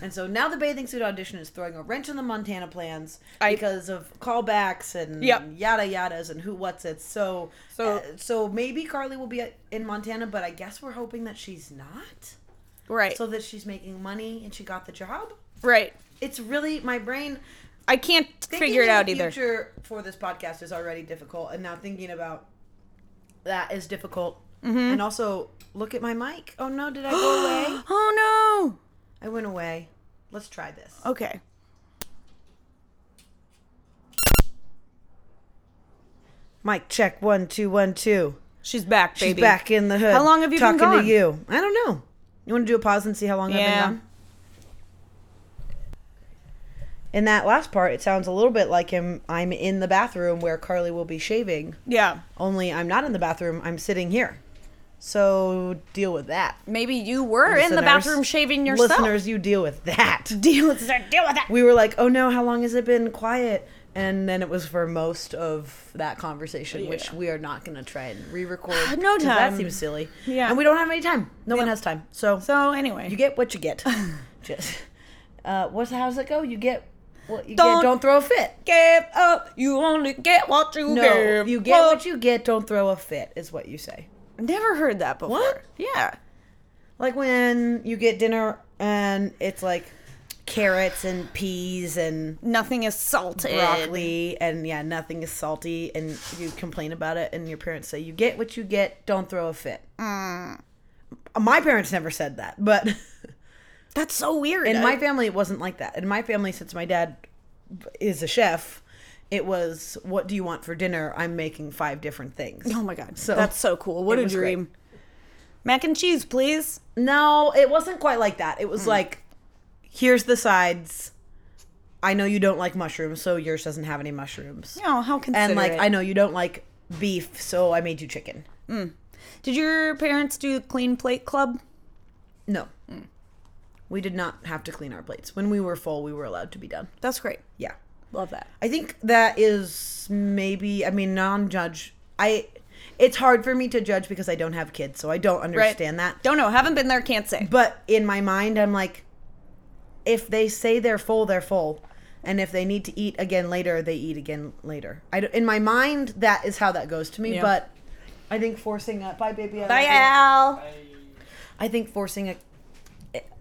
Speaker 1: and so now the bathing suit audition is throwing a wrench in the Montana plans
Speaker 2: I-
Speaker 1: because of callbacks and
Speaker 2: Yep.
Speaker 1: yada yadas and who what's it. So
Speaker 2: So-
Speaker 1: uh, so maybe Carly will be at- in Montana, but I guess we're hoping that she's not,
Speaker 2: Right.
Speaker 1: so that she's making money and she got the job.
Speaker 2: right.
Speaker 1: It's really my brain
Speaker 2: I can't
Speaker 1: Thinking
Speaker 2: figure it
Speaker 1: of
Speaker 2: out
Speaker 1: the
Speaker 2: either.
Speaker 1: Future for this podcast is already difficult, and now thinking about that is difficult.
Speaker 2: Mm-hmm.
Speaker 1: And also, look at my mic. Oh no, did I go away?
Speaker 2: Oh
Speaker 1: I went away. Let's try this.
Speaker 2: no. Okay.
Speaker 1: Mic check one two one two.
Speaker 2: She's back,
Speaker 1: She's
Speaker 2: baby.
Speaker 1: back in the hood.
Speaker 2: How long have you been
Speaker 1: talking
Speaker 2: gone?
Speaker 1: to you? I don't know. You want to do a pause and see how long
Speaker 2: Yeah.
Speaker 1: I've been gone? In that last part, it sounds a little bit like him. I'm in the bathroom where Carly will be shaving.
Speaker 2: Yeah.
Speaker 1: Only I'm not in the bathroom. I'm sitting here. So deal with that.
Speaker 2: Maybe you were in the
Speaker 1: listeners.
Speaker 2: bathroom shaving yourself.
Speaker 1: Listeners, you deal with that.
Speaker 2: Deal with that. Deal with that.
Speaker 1: We were like, oh no, how long has it been quiet? And then it was for most of that conversation, which
Speaker 2: Yeah.
Speaker 1: we are not going to try and re record.
Speaker 2: No
Speaker 1: That
Speaker 2: time.
Speaker 1: seems silly.
Speaker 2: Yeah.
Speaker 1: And we don't have any time. No one has time. So,
Speaker 2: So anyway,
Speaker 1: you get what you get. Just, uh, what's, how's it go? You get what you
Speaker 2: Don't-
Speaker 1: get. Don't throw a fit.
Speaker 2: give up. You only get what you
Speaker 1: No.
Speaker 2: give.
Speaker 1: You get
Speaker 2: up.
Speaker 1: what you get. Don't throw a fit, is what you say.
Speaker 2: Never heard that before.
Speaker 1: What?
Speaker 2: Yeah.
Speaker 1: Like when you get dinner and it's like carrots and peas and
Speaker 2: Nothing is salted.
Speaker 1: broccoli and yeah nothing is salty and you complain about it and your parents say you get what you get don't throw a fit my parents never said that but
Speaker 2: That's so weird.
Speaker 1: in
Speaker 2: I-
Speaker 1: my family it wasn't like that in my family since my dad is a chef it was what do you want for dinner i'm making five different things
Speaker 2: oh my god.
Speaker 1: So-
Speaker 2: that's so cool. What
Speaker 1: It
Speaker 2: a
Speaker 1: was great.
Speaker 2: dream. Mac and cheese, please.
Speaker 1: no it wasn't quite like that it was like here's the sides i know you don't like mushrooms so yours doesn't have any mushrooms
Speaker 2: Oh, how considerate.
Speaker 1: and like i know you don't like beef so i made you chicken
Speaker 2: did your parents do clean plate club?
Speaker 1: No. We did not have to clean our plates. When we were full, we were allowed to be done.
Speaker 2: That's great.
Speaker 1: Yeah.
Speaker 2: Love that.
Speaker 1: I think that is maybe I mean non-judge. I it's hard for me to judge because I don't have kids, so I don't understand that.
Speaker 2: Don't know. Haven't been there. Can't say.
Speaker 1: But in my mind, I'm like if they say they're full, they're full. And if they need to eat again later, they eat again later. I d in my mind, that is how that goes to me.
Speaker 2: Yeah.
Speaker 1: But I think forcing a bye, baby. I love
Speaker 2: Bye,
Speaker 1: you.
Speaker 2: Al.
Speaker 1: I think forcing a,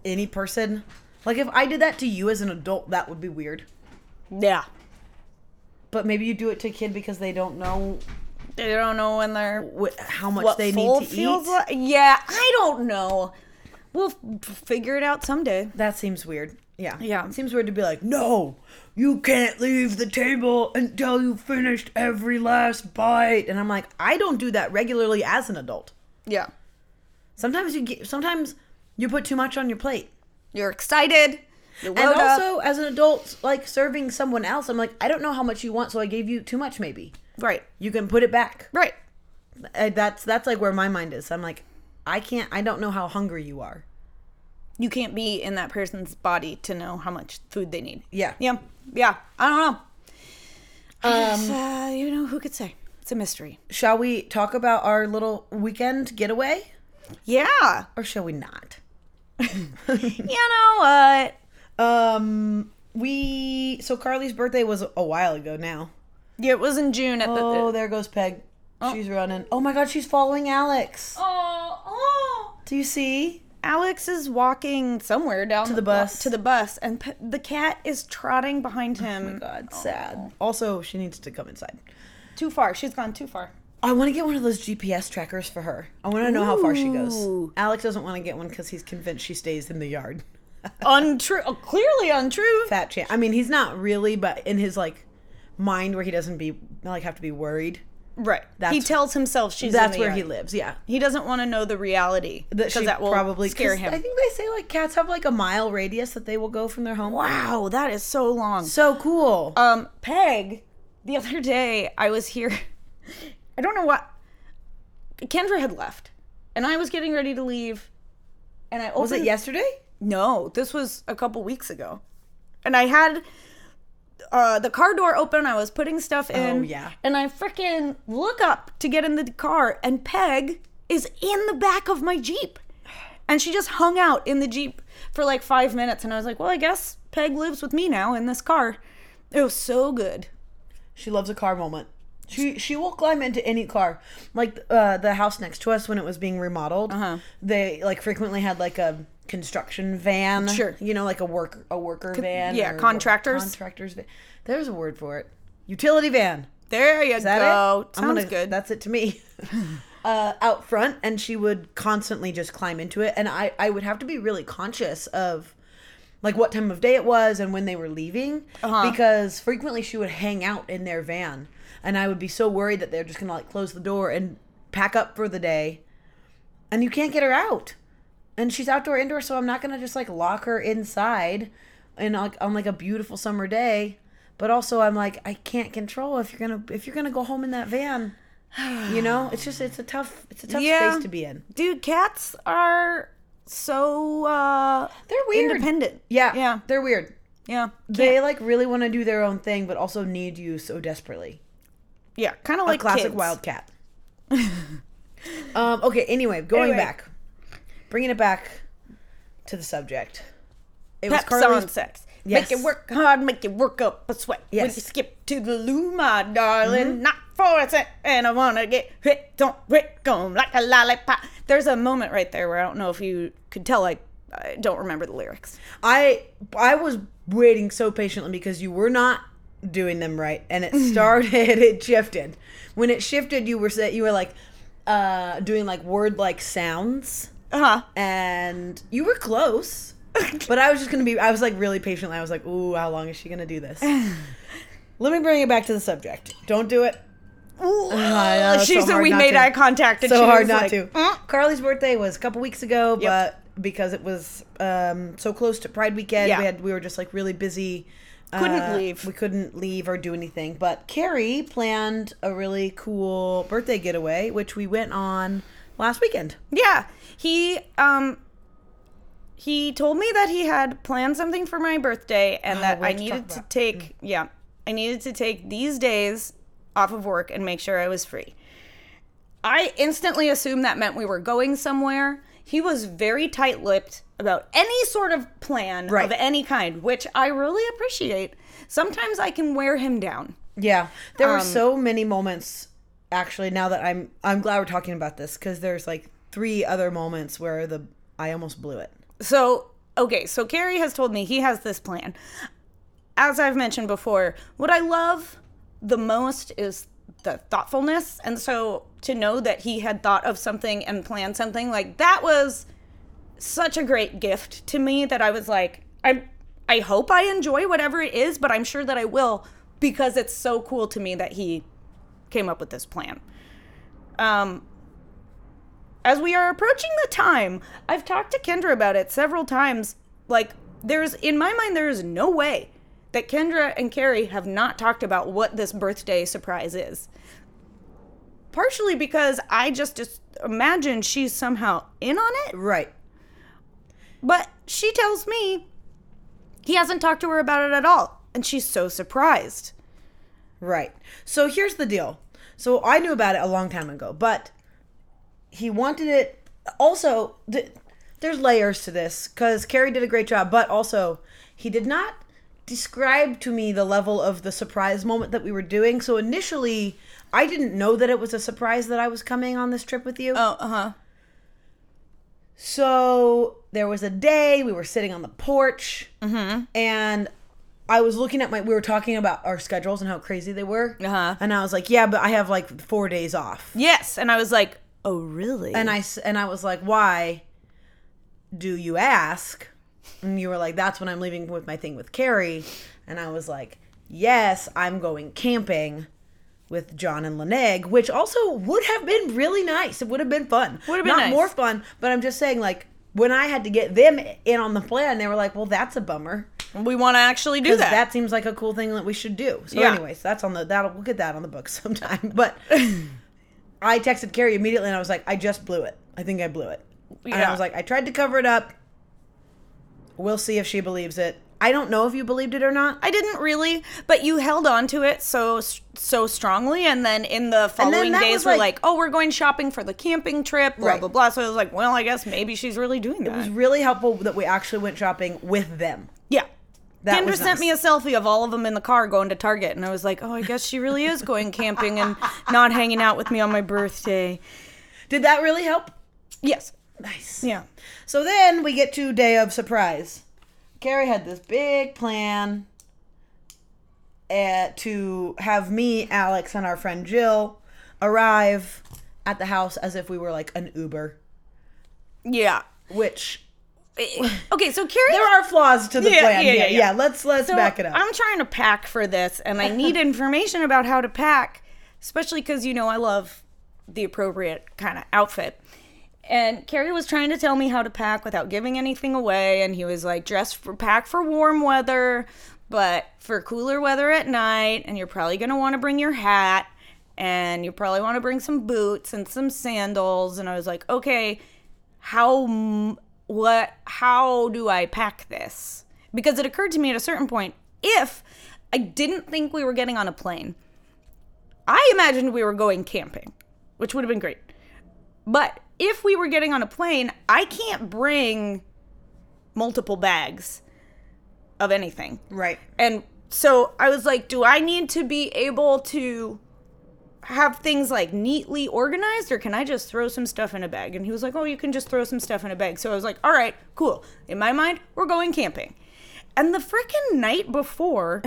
Speaker 1: any person, like if I did that to you as an adult, that would be weird.
Speaker 2: Yeah.
Speaker 1: But maybe you do it to a kid because they don't know
Speaker 2: They don't know when they're
Speaker 1: wh- how much
Speaker 2: what
Speaker 1: they
Speaker 2: full
Speaker 1: need to eat.
Speaker 2: feels like. Yeah, I don't know. We'll f- figure it out someday.
Speaker 1: that seems weird. Yeah.
Speaker 2: Yeah.
Speaker 1: It seems weird to be like, no, you can't leave the table until you finished every last bite. And I'm like, I don't do that regularly as an adult.
Speaker 2: Yeah.
Speaker 1: Sometimes you get, sometimes you put too much on your plate.
Speaker 2: You're excited. You
Speaker 1: And
Speaker 2: load up.
Speaker 1: also, as an adult, like serving someone else, I'm like, I don't know how much you want, so I gave you too much, maybe.
Speaker 2: right,
Speaker 1: you can put it back.
Speaker 2: right.
Speaker 1: Uh, That's that's like where my mind is. I'm like, I can't. I don't know how hungry you are.
Speaker 2: You can't be in that person's body to know how much food they need.
Speaker 1: Yeah.
Speaker 2: Yeah. Yeah. I don't know. I guess, uh, you know, who could say? It's a mystery.
Speaker 1: Shall we talk about our little weekend getaway,
Speaker 2: Yeah.
Speaker 1: or shall we not?
Speaker 2: You know what?
Speaker 1: Um, we so Carly's birthday was a while ago now.
Speaker 2: Yeah, it was in June at
Speaker 1: Oh,
Speaker 2: the.
Speaker 1: there goes Peg. She's running. Oh my God, she's following Alex.
Speaker 2: Oh, oh.
Speaker 1: Do you see?
Speaker 2: Alex is walking somewhere down to
Speaker 1: the bus. Oh
Speaker 2: to the bus, and p- the cat is trotting behind him. Oh.
Speaker 1: God, sad. Also, she needs to come inside.
Speaker 2: Too far. She's gone too far.
Speaker 1: I want to get one of those GPS trackers for her. I want to know how far she goes.
Speaker 2: Ooh.
Speaker 1: Alex doesn't want to get one because he's convinced she stays in the yard.
Speaker 2: untrue. oh, clearly untrue.
Speaker 1: Fat chance. I mean, he's not really, but in his like mind where he doesn't be like have to be worried.
Speaker 2: Right.
Speaker 1: That's-
Speaker 2: he tells himself she's. in
Speaker 1: That's
Speaker 2: the
Speaker 1: where
Speaker 2: yard.
Speaker 1: he lives. Yeah,
Speaker 2: He doesn't want to know the reality
Speaker 1: that
Speaker 2: because
Speaker 1: she
Speaker 2: that will
Speaker 1: probably
Speaker 2: scare
Speaker 1: 'cause
Speaker 2: him.
Speaker 1: I think they say like cats have like a mile radius that they will go from their home.
Speaker 2: wow, that is so long.
Speaker 1: So cool.
Speaker 2: Um, Peg, the other day I was here. I don't know what. Kendra had left, and I was getting ready to leave, and I opened.
Speaker 1: was it yesterday?
Speaker 2: No, this was a couple weeks ago, and I had uh, the car door open. I was putting stuff in.
Speaker 1: Oh, yeah.
Speaker 2: And I freaking look up to get in the car, and Peg is in the back of my Jeep. And she just hung out in the Jeep for like five minutes. And I was like, well, I guess Peg lives with me now in this car. It was so good.
Speaker 1: She loves a car moment. She she will climb into any car. Like uh, the house next to us when it was being remodeled, they like frequently had like a construction van.
Speaker 2: Sure.
Speaker 1: you know, like a work a worker van.
Speaker 2: yeah,
Speaker 1: or
Speaker 2: contractors.
Speaker 1: Contractors. Van. There's a word for it. Utility van.
Speaker 2: There you
Speaker 1: Is that
Speaker 2: go.
Speaker 1: it? I'm
Speaker 2: Sounds
Speaker 1: gonna-
Speaker 2: good.
Speaker 1: That's it to me. uh, out front, and she would constantly just climb into it, and I I would have to be really conscious of like what time of day it was and when they were leaving because frequently she would hang out in their van, and I would be so worried that they're just gonna like close the door and pack up for the day, and you can't get her out. And she's outdoor indoor, so I'm not gonna just like lock her inside, and like on like a beautiful summer day. But also, I'm like I can't control if you're gonna if you're gonna go home in that van. You know, it's just it's a tough it's a tough
Speaker 2: Yeah.
Speaker 1: space to be in.
Speaker 2: Dude, cats are so uh
Speaker 1: They're weird.
Speaker 2: independent.
Speaker 1: Yeah,
Speaker 2: Yeah.
Speaker 1: they're weird.
Speaker 2: Yeah.
Speaker 1: They like really want to do their own thing, but also need you so desperately.
Speaker 2: Yeah. Kinda like
Speaker 1: Classic
Speaker 2: kids.
Speaker 1: wildcat. um. Okay. Anyway, going
Speaker 2: Anyway.
Speaker 1: back, bringing it back to the subject. It
Speaker 2: Pep
Speaker 1: Carly's-
Speaker 2: song sex.
Speaker 1: Yes.
Speaker 2: Make it work hard, make it work up a sweat. When
Speaker 1: Yes. Mm-hmm.
Speaker 2: you skip to the loo, my darling, not for a cent, and I wanna get hit, don't wreck 'em like a lollipop. There's a moment right there where I don't know if you could tell I, I don't remember the lyrics.
Speaker 1: I I was waiting so patiently because you were not doing them right, and it started. it shifted. When it shifted, you were sa- you were like uh, doing like word like sounds,
Speaker 2: Uh huh.
Speaker 1: and you were close. but I was just gonna be. I was like really patiently. I was like, "Ooh, how long is she gonna do this?" Let me bring it back to the subject. Don't do it. know, it's
Speaker 2: she
Speaker 1: Uh, so
Speaker 2: said
Speaker 1: hard
Speaker 2: Uh-huh. we
Speaker 1: not
Speaker 2: made
Speaker 1: to.
Speaker 2: eye contact. And
Speaker 1: so
Speaker 2: she
Speaker 1: hard
Speaker 2: was
Speaker 1: not
Speaker 2: like,
Speaker 1: to.
Speaker 2: "Mm."
Speaker 1: Carly's birthday was a couple weeks ago, but because it was um, so close to Pride weekend,
Speaker 2: Yeah.
Speaker 1: we had we were just like really busy. uh,
Speaker 2: Couldn't leave.
Speaker 1: We couldn't leave or do anything. But Carrie planned a really cool birthday getaway, which we went on last weekend.
Speaker 2: Yeah. He um he told me that he had planned something for my birthday and that
Speaker 1: we
Speaker 2: I
Speaker 1: have Oh, to talk
Speaker 2: needed to
Speaker 1: about- Mm.
Speaker 2: take yeah, I needed to take these days off of work and make sure I was free. I instantly assumed that meant we were going somewhere. He was very tight-lipped about any sort of plan
Speaker 1: Right.
Speaker 2: of any kind, which I really appreciate. Sometimes I can wear him down.
Speaker 1: Yeah, Um, there were so many moments. Actually, now that I'm, I'm glad we're talking about this because there's like three other moments where the I almost blew it.
Speaker 2: So, okay, so Carrie has told me he has this plan. As I've mentioned before, what I love the most is the thoughtfulness. And so to know that he had thought of something and planned something, like that was such a great gift to me that I was like, I I hope I enjoy whatever it is, but I'm sure that I will because it's so cool to me that he came up with this plan. Um, as we are approaching the time, I've talked to Kendra about it several times. Like, there's, in my mind, there is no way that Kendra and Carrie have not talked about what this birthday surprise is. Partially because I just, just imagine she's somehow in on it,
Speaker 1: Right.
Speaker 2: but she tells me he hasn't talked to her about it at all. And she's so surprised.
Speaker 1: Right. So here's the deal. So I knew about it a long time ago, but he wanted it. Also, th- there's layers to this because Carrie did a great job, but also He did not describe to me the level of the surprise moment that we were doing. So initially, I didn't know that it was a surprise that I was coming on this trip with you.
Speaker 2: Oh, uh huh.
Speaker 1: So there was a day we were sitting on the porch,
Speaker 2: Mm-hmm.
Speaker 1: and I was looking at my. We were talking about our schedules and how crazy they were,
Speaker 2: Uh-huh.
Speaker 1: and I was like, "Yeah, but I have like four days off."
Speaker 2: Yes, and I was like, oh really?
Speaker 1: And I s- and I was like, "Why do you ask?" And you were like, "That's when I'm leaving with my thing with Carrie," and I was like, "Yes, I'm going camping." With John and Leneg, which also would have been really nice. It would have been fun.
Speaker 2: Would have been
Speaker 1: not
Speaker 2: nice.
Speaker 1: more fun, but I'm just saying, like when I had to get them in on the plan, they were like, "Well, that's a bummer."
Speaker 2: we want to actually do
Speaker 1: because
Speaker 2: that.
Speaker 1: that seems like a cool thing that we should do. So,
Speaker 2: Yeah.
Speaker 1: anyways, that's on the that we'll get that on the book sometime. But I texted Carrie immediately, and I was like, I just blew it. I think I blew it. And I
Speaker 2: Yeah.
Speaker 1: was like, I tried to cover it up. We'll see if she believes it. I don't know if you believed it or not.
Speaker 2: I didn't really, but you held on to it so so strongly, and then in the
Speaker 1: then
Speaker 2: following
Speaker 1: that
Speaker 2: days,
Speaker 1: was
Speaker 2: we're
Speaker 1: like-
Speaker 2: like, "Oh, we're going shopping for the camping trip," blah
Speaker 1: Right.
Speaker 2: blah blah. So I was like, "Well, I guess maybe she's really doing that."
Speaker 1: It was really helpful that we actually went shopping with them.
Speaker 2: yeah.
Speaker 1: That
Speaker 2: Kendra
Speaker 1: was
Speaker 2: sent me a
Speaker 1: nice.
Speaker 2: selfie of all of them in the car going to Target, and I was like, "Oh, I guess she really is going camping and not hanging out with me on my birthday."
Speaker 1: Did that really help?
Speaker 2: Yes.
Speaker 1: Nice.
Speaker 2: Yeah.
Speaker 1: So then we get to day of surprise. Carrie had this big plan uh, to have me, Alex, and our friend Jill arrive at the house as if we were like an Uber,
Speaker 2: Yeah.
Speaker 1: which
Speaker 2: okay, so Carrie
Speaker 1: there are flaws to the
Speaker 2: Yeah,
Speaker 1: plan. Yeah,
Speaker 2: yeah,
Speaker 1: yeah,
Speaker 2: yeah, yeah.
Speaker 1: Let's let's
Speaker 2: So,
Speaker 1: back it up.
Speaker 2: I'm trying to pack for this, and I need information about how to pack, especially because you know I love the appropriate kind of outfit. And Carrie was trying to tell me how to pack without giving anything away, and he was like, "Dress for pack for warm weather, but for cooler weather at night, and you're probably gonna want to bring your hat." And you probably want to bring some boots and some sandals. And I was like, okay, how m- what how do i pack this because it occurred to me at a certain point if i didn't think we were getting on a plane i imagined we were going camping which would have been great but if we were getting on a plane i can't bring multiple bags of anything
Speaker 1: right.
Speaker 2: and so I was like, do I need to be able to have things like neatly organized or can I just throw some stuff in a bag? And he was like, oh, you can just throw some stuff in a bag. So I was like, all right, cool. In my mind, we're going camping. And the freaking night before,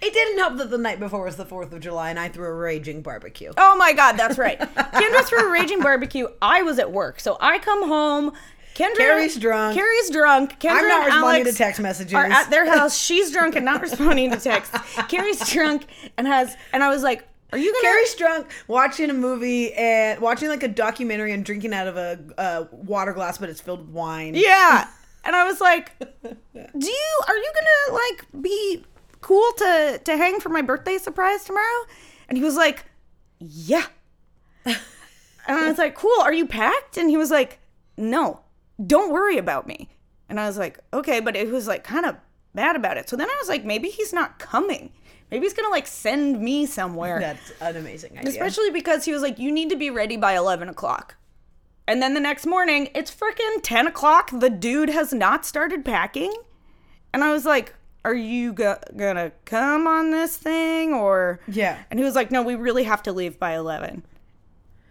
Speaker 1: It didn't help that the night before was the Fourth of July, and I threw a raging barbecue.
Speaker 2: oh my God, that's right. Kendra threw a raging barbecue. I was at work. So I come home. Kendra,
Speaker 1: Carrie's drunk.
Speaker 2: Carrie's drunk. Kendra
Speaker 1: I'm not
Speaker 2: and
Speaker 1: responding
Speaker 2: Alex
Speaker 1: to text messages.
Speaker 2: are at their house. She's drunk and not responding to texts. Carrie's drunk and has, and I was like, "Are you gonna?"
Speaker 1: Carrie's drunk, watching a movie and watching like a documentary and drinking out of a, a water glass, but it's filled with wine.
Speaker 2: yeah. And I was like, "Do you? Are you gonna like be cool to to hang for my birthday surprise tomorrow?" And he was like, "Yeah." And I was like, "Cool. Are you packed?" And he was like, "No. Don't worry about me." And I was like, "Okay," but it was like kind of bad about it. So then I was like, "Maybe he's not coming. Maybe he's gonna like send me somewhere."
Speaker 1: That's an amazing idea.
Speaker 2: Especially because he was like, you need to be ready by 11 o'clock. And then the next morning, it's freaking 10 o'clock. The dude has not started packing. And I was like, are you go- gonna come on this thing or.
Speaker 1: Yeah.
Speaker 2: And he was like, no, we really have to leave by 11.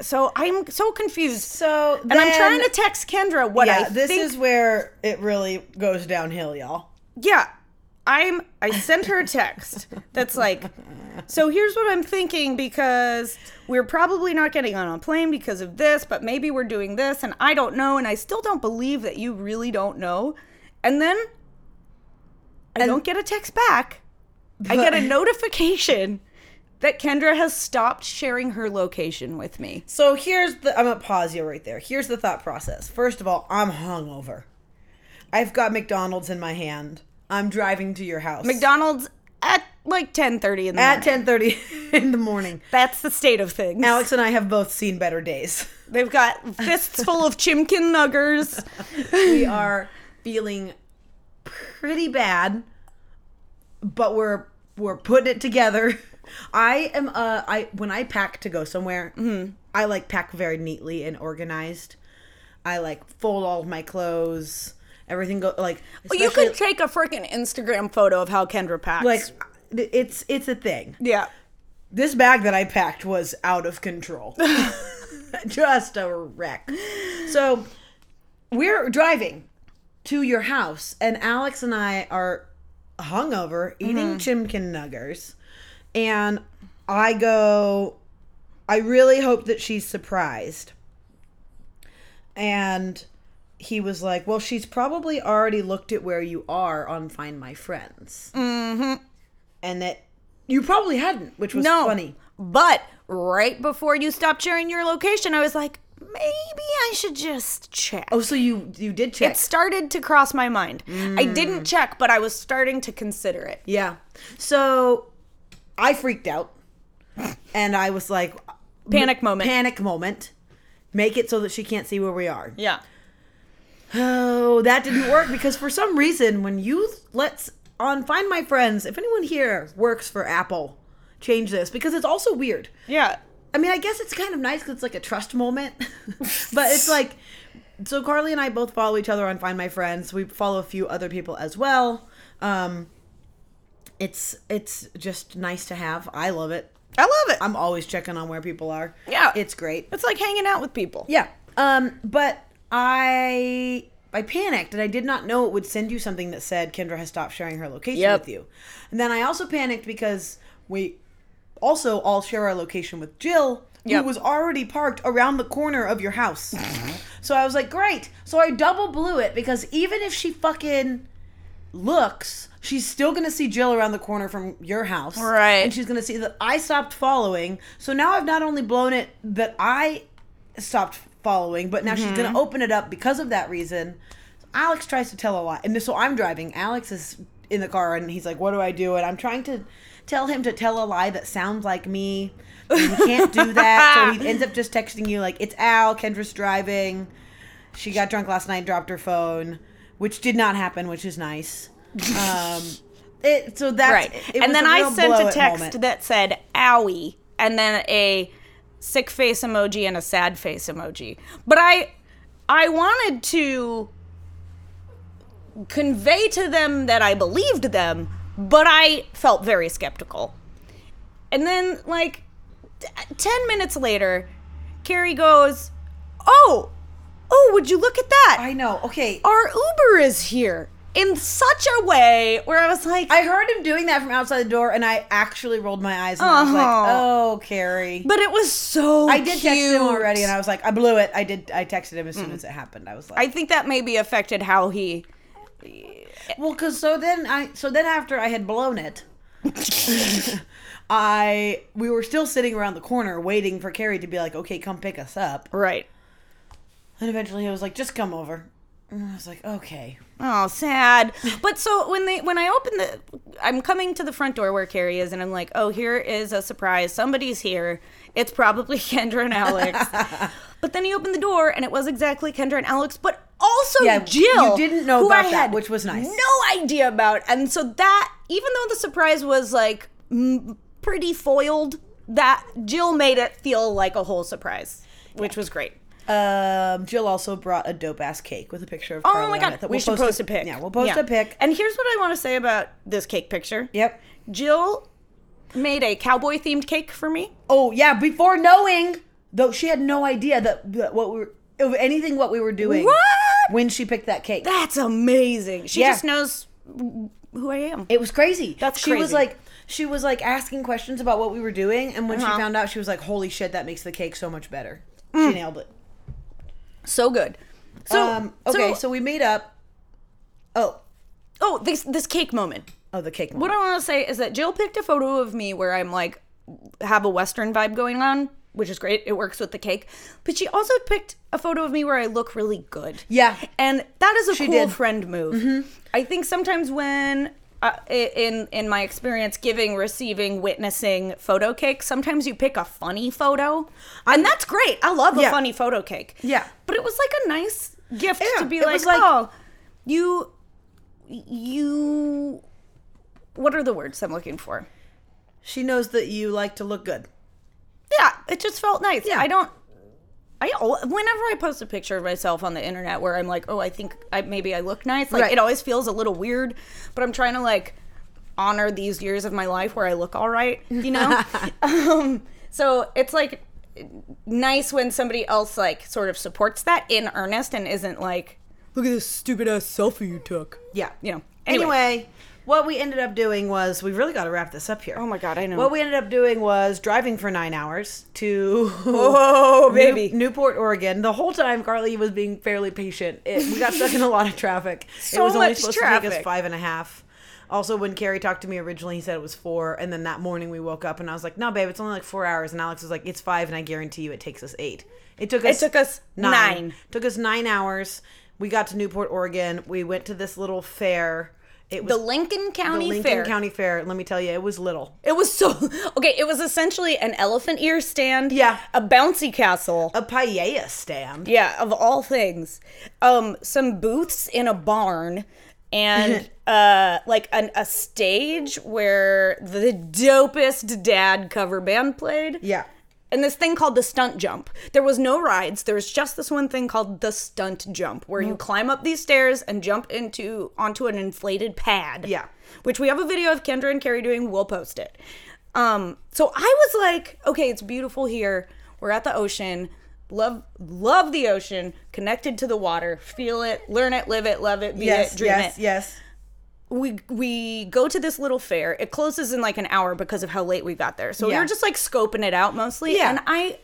Speaker 2: So I'm so confused.
Speaker 1: So
Speaker 2: And I'm trying to text Kendra what
Speaker 1: yeah,
Speaker 2: I
Speaker 1: this
Speaker 2: think.
Speaker 1: is where it really goes downhill, y'all.
Speaker 2: yeah i'm i sent her a text that's like so here's what i'm thinking because we're probably not getting on a plane because of this but maybe we're doing this and i don't know and i still don't believe that you really don't know and then i don't get a text back i get a notification that kendra has stopped sharing her location with me
Speaker 1: So here's the I'm gonna pause you right there. Here's the thought process. First of all, I'm hungover. I've got McDonald's in my hand. I'm driving to your house.
Speaker 2: mcdonald's at like 10.30 in the
Speaker 1: at
Speaker 2: morning
Speaker 1: 10:30 in the morning.
Speaker 2: that's the state of things
Speaker 1: Alex and I have both seen better days.
Speaker 2: They've got fists full of chimkin nuggers.
Speaker 1: we are feeling pretty bad, but we're we're putting it together. I am uh I when I pack to go somewhere, mm-hmm, I like pack very neatly and organized. I like fold all of my clothes Everything go like
Speaker 2: Well, you could take a freaking Instagram photo of how Kendra packs.
Speaker 1: like it's it's a thing.
Speaker 2: yeah.
Speaker 1: This bag that I packed was out of control. Just a wreck. So we're driving to your house, and Alex and I are hungover, eating chimkin nuggers. And I go, I really hope that she's surprised. And he was like, Well, she's probably already looked at where you are on Find My Friends. Mm-hmm. And that you probably hadn't, which was
Speaker 2: No.
Speaker 1: funny.
Speaker 2: But right before you stopped sharing your location, I was like, maybe I should just check.
Speaker 1: Oh, so you you did check?
Speaker 2: It started to cross my mind. I didn't check, but I was starting to consider it.
Speaker 1: yeah. So I freaked out, and I was like,
Speaker 2: Panic moment.
Speaker 1: panic moment. Make it so that she can't see where we are.
Speaker 2: yeah.
Speaker 1: Oh, that didn't work because for some reason, when you let's on Find My Friends, if anyone here works for Apple, change this because it's also weird.
Speaker 2: Yeah.
Speaker 1: I mean, I guess it's kind of nice because it's like a trust moment, but it's like so. Carly and I both follow each other on Find My Friends. We follow a few other people as well. Um, it's it's just nice to have. I love it.
Speaker 2: I love it.
Speaker 1: I'm always checking on where people are.
Speaker 2: Yeah.
Speaker 1: it's great.
Speaker 2: it's like hanging out with people.
Speaker 1: Yeah. Um, but I I panicked and I did not know it would send you something that said Kendra has stopped sharing her location
Speaker 2: Yep.
Speaker 1: with you. And then I also panicked because we also all share our location with Jill,
Speaker 2: Yep.
Speaker 1: who was already parked around the corner of your house. so I was like, great. So I double blew it because even if she fucking looks, she's still gonna see Jill around the corner from your house.
Speaker 2: Right.
Speaker 1: And she's gonna see that I stopped following. So now I've not only blown it that I stopped following, but now she's
Speaker 2: Mm-hmm.
Speaker 1: gonna open it up because of that reason. Alex tries to tell a lie. And so I'm driving. Alex is in the car and he's like, What do I do? And I'm trying to tell him to tell a lie that sounds like me. And he can't do that. so he ends up just texting you like, It's Al, Kendra's driving. She got drunk last night, dropped her phone, which did not happen, which is nice. Um, it so that's
Speaker 2: Right.
Speaker 1: it was
Speaker 2: and then
Speaker 1: a
Speaker 2: I
Speaker 1: real
Speaker 2: sent
Speaker 1: blow
Speaker 2: a
Speaker 1: it
Speaker 2: text
Speaker 1: moment.
Speaker 2: that said, owie, and then a sick face emoji and a sad face emoji. But I I wanted to convey to them that I believed them, but I felt very skeptical. And then like t- 10 minutes later, Carrie goes, "Oh, oh, would you look at that?
Speaker 1: I know. Okay,
Speaker 2: Our Uber is here." In such a way where I was like,
Speaker 1: I heard him doing that from outside the door, and I actually rolled my eyes and I was like,
Speaker 2: Oh.
Speaker 1: "Oh, Carrie."
Speaker 2: But it was so.
Speaker 1: I did text him
Speaker 2: cute. Mm.
Speaker 1: already, and I was like, "I blew it." I did. I texted him as soon as it happened. I was like,
Speaker 2: I think that maybe affected how he.
Speaker 1: Well, cause so then I so then after I had blown it, I we were still sitting around the corner waiting for Carrie to be like, okay, come pick us up.
Speaker 2: Right.
Speaker 1: And eventually he was like, just come over. And I was like, okay.
Speaker 2: Oh, sad. But so when they when I open the, I'm coming to the front door where Carrie is, and I'm like, oh, here is a surprise. Somebody's here. It's probably Kendra and Alex. but then he opened the door, and it was exactly Kendra and Alex, but also
Speaker 1: Yeah,
Speaker 2: Jill.
Speaker 1: you didn't know
Speaker 2: who
Speaker 1: about
Speaker 2: I
Speaker 1: that,
Speaker 2: had
Speaker 1: which was nice.
Speaker 2: No idea about, and so that even though the surprise was like m- pretty foiled, that Jill made it feel like a whole surprise, which was great.
Speaker 1: Um, Jill also brought a dope ass cake with a picture of. Carly
Speaker 2: Oh my
Speaker 1: on
Speaker 2: god,
Speaker 1: it that
Speaker 2: we
Speaker 1: we'll
Speaker 2: should post a pic.
Speaker 1: Yeah, we'll post a pic.
Speaker 2: And here's what I want to say about this cake picture.
Speaker 1: Yep.
Speaker 2: Jill made a cowboy themed cake for me.
Speaker 1: Oh yeah, before knowing though, she had no idea that, that what we were of anything what we were doing
Speaker 2: What?
Speaker 1: when she picked that cake.
Speaker 2: That's amazing. She
Speaker 1: Yeah.
Speaker 2: just knows who I am.
Speaker 1: It was crazy.
Speaker 2: That's
Speaker 1: she was
Speaker 2: crazy.
Speaker 1: like she was like asking questions about what we were doing, and when
Speaker 2: Uh-huh.
Speaker 1: she found out, she was like, "Holy shit, that makes the cake so much better." She nailed it.
Speaker 2: so good. So
Speaker 1: um, okay, so, we made up. Oh,
Speaker 2: oh, this this cake moment.
Speaker 1: oh, the cake.
Speaker 2: What I want to say is that Jill picked a photo of me where I'm like have a western vibe going on, which is great. It works with the cake. But she also picked a photo of me where I look really good.
Speaker 1: Yeah.
Speaker 2: and that is a cool
Speaker 1: did. Mm-hmm.
Speaker 2: friend move. I think sometimes when. Uh, i- in in my experience, giving, receiving, witnessing photo cake, sometimes you pick a funny photo, and that's great. I love a
Speaker 1: Yeah.
Speaker 2: funny photo cake.
Speaker 1: Yeah.
Speaker 2: but it was like a nice gift
Speaker 1: Yeah,
Speaker 2: to be
Speaker 1: it
Speaker 2: like,
Speaker 1: was like-
Speaker 2: oh, you you what are the words I'm looking for?
Speaker 1: She knows that you like to look good.
Speaker 2: Yeah, it just felt nice.
Speaker 1: Yeah.
Speaker 2: I don't I al- whenever I post a picture of myself on the internet where I'm like, oh, I think I maybe I look nice. Like
Speaker 1: Right.
Speaker 2: it always feels a little weird, but I'm trying to like honor these years of my life where I look all right, you know. um, so it's like nice when somebody else like sort of supports that in earnest and isn't like, look at this stupid ass selfie you took.
Speaker 1: Yeah.
Speaker 2: You know.
Speaker 1: Anyway. what we ended up doing was we've really got to wrap this up here.
Speaker 2: Oh my God, I know.
Speaker 1: What we ended up doing was driving for nine hours to
Speaker 2: Oh,
Speaker 1: New-
Speaker 2: baby.
Speaker 1: Newport, Oregon. The whole time Carly was being fairly patient. It, we got stuck in a lot of traffic.
Speaker 2: So
Speaker 1: it was only
Speaker 2: much
Speaker 1: supposed to take us
Speaker 2: traffic.
Speaker 1: five and a half. Also, when Carrie talked to me originally, he said it was four, and then that morning we woke up and I was like, "No, babe, it's only like four hours." And Alex was like, "It's five, and I guarantee you, it takes us eight. It took us.
Speaker 2: took us nine.
Speaker 1: Took us nine hours. We got to Newport, Oregon. We went to this little fair. It was
Speaker 2: the Lincoln County
Speaker 1: the Lincoln
Speaker 2: Fair.
Speaker 1: County Fair. Let me tell you, it was little.
Speaker 2: It was so okay. It was essentially an elephant ear stand.
Speaker 1: Yeah.
Speaker 2: a bouncy castle.
Speaker 1: A paella stand.
Speaker 2: Yeah, of all things, um, some booths in a barn, and uh, like an, a stage where the dopest dad cover band played.
Speaker 1: Yeah.
Speaker 2: And this thing called the stunt jump. There was no rides. There was just this one thing called the stunt jump, where
Speaker 1: Oh.
Speaker 2: you climb up these stairs and jump into onto an inflated pad.
Speaker 1: Yeah.
Speaker 2: Which we have a video of Kendra and Carrie doing. We'll post it. Um, so I was like, okay, it's beautiful here. We're at the ocean. Love love the ocean, connected to the water, feel it, learn it, live it, love it, be
Speaker 1: Yes.
Speaker 2: it, dream it
Speaker 1: yes. Yes.
Speaker 2: we we go to this little fair. It closes in like an hour because of how late we got there. So
Speaker 1: Yeah.
Speaker 2: we were just like scoping it out mostly.
Speaker 1: Yeah.
Speaker 2: And I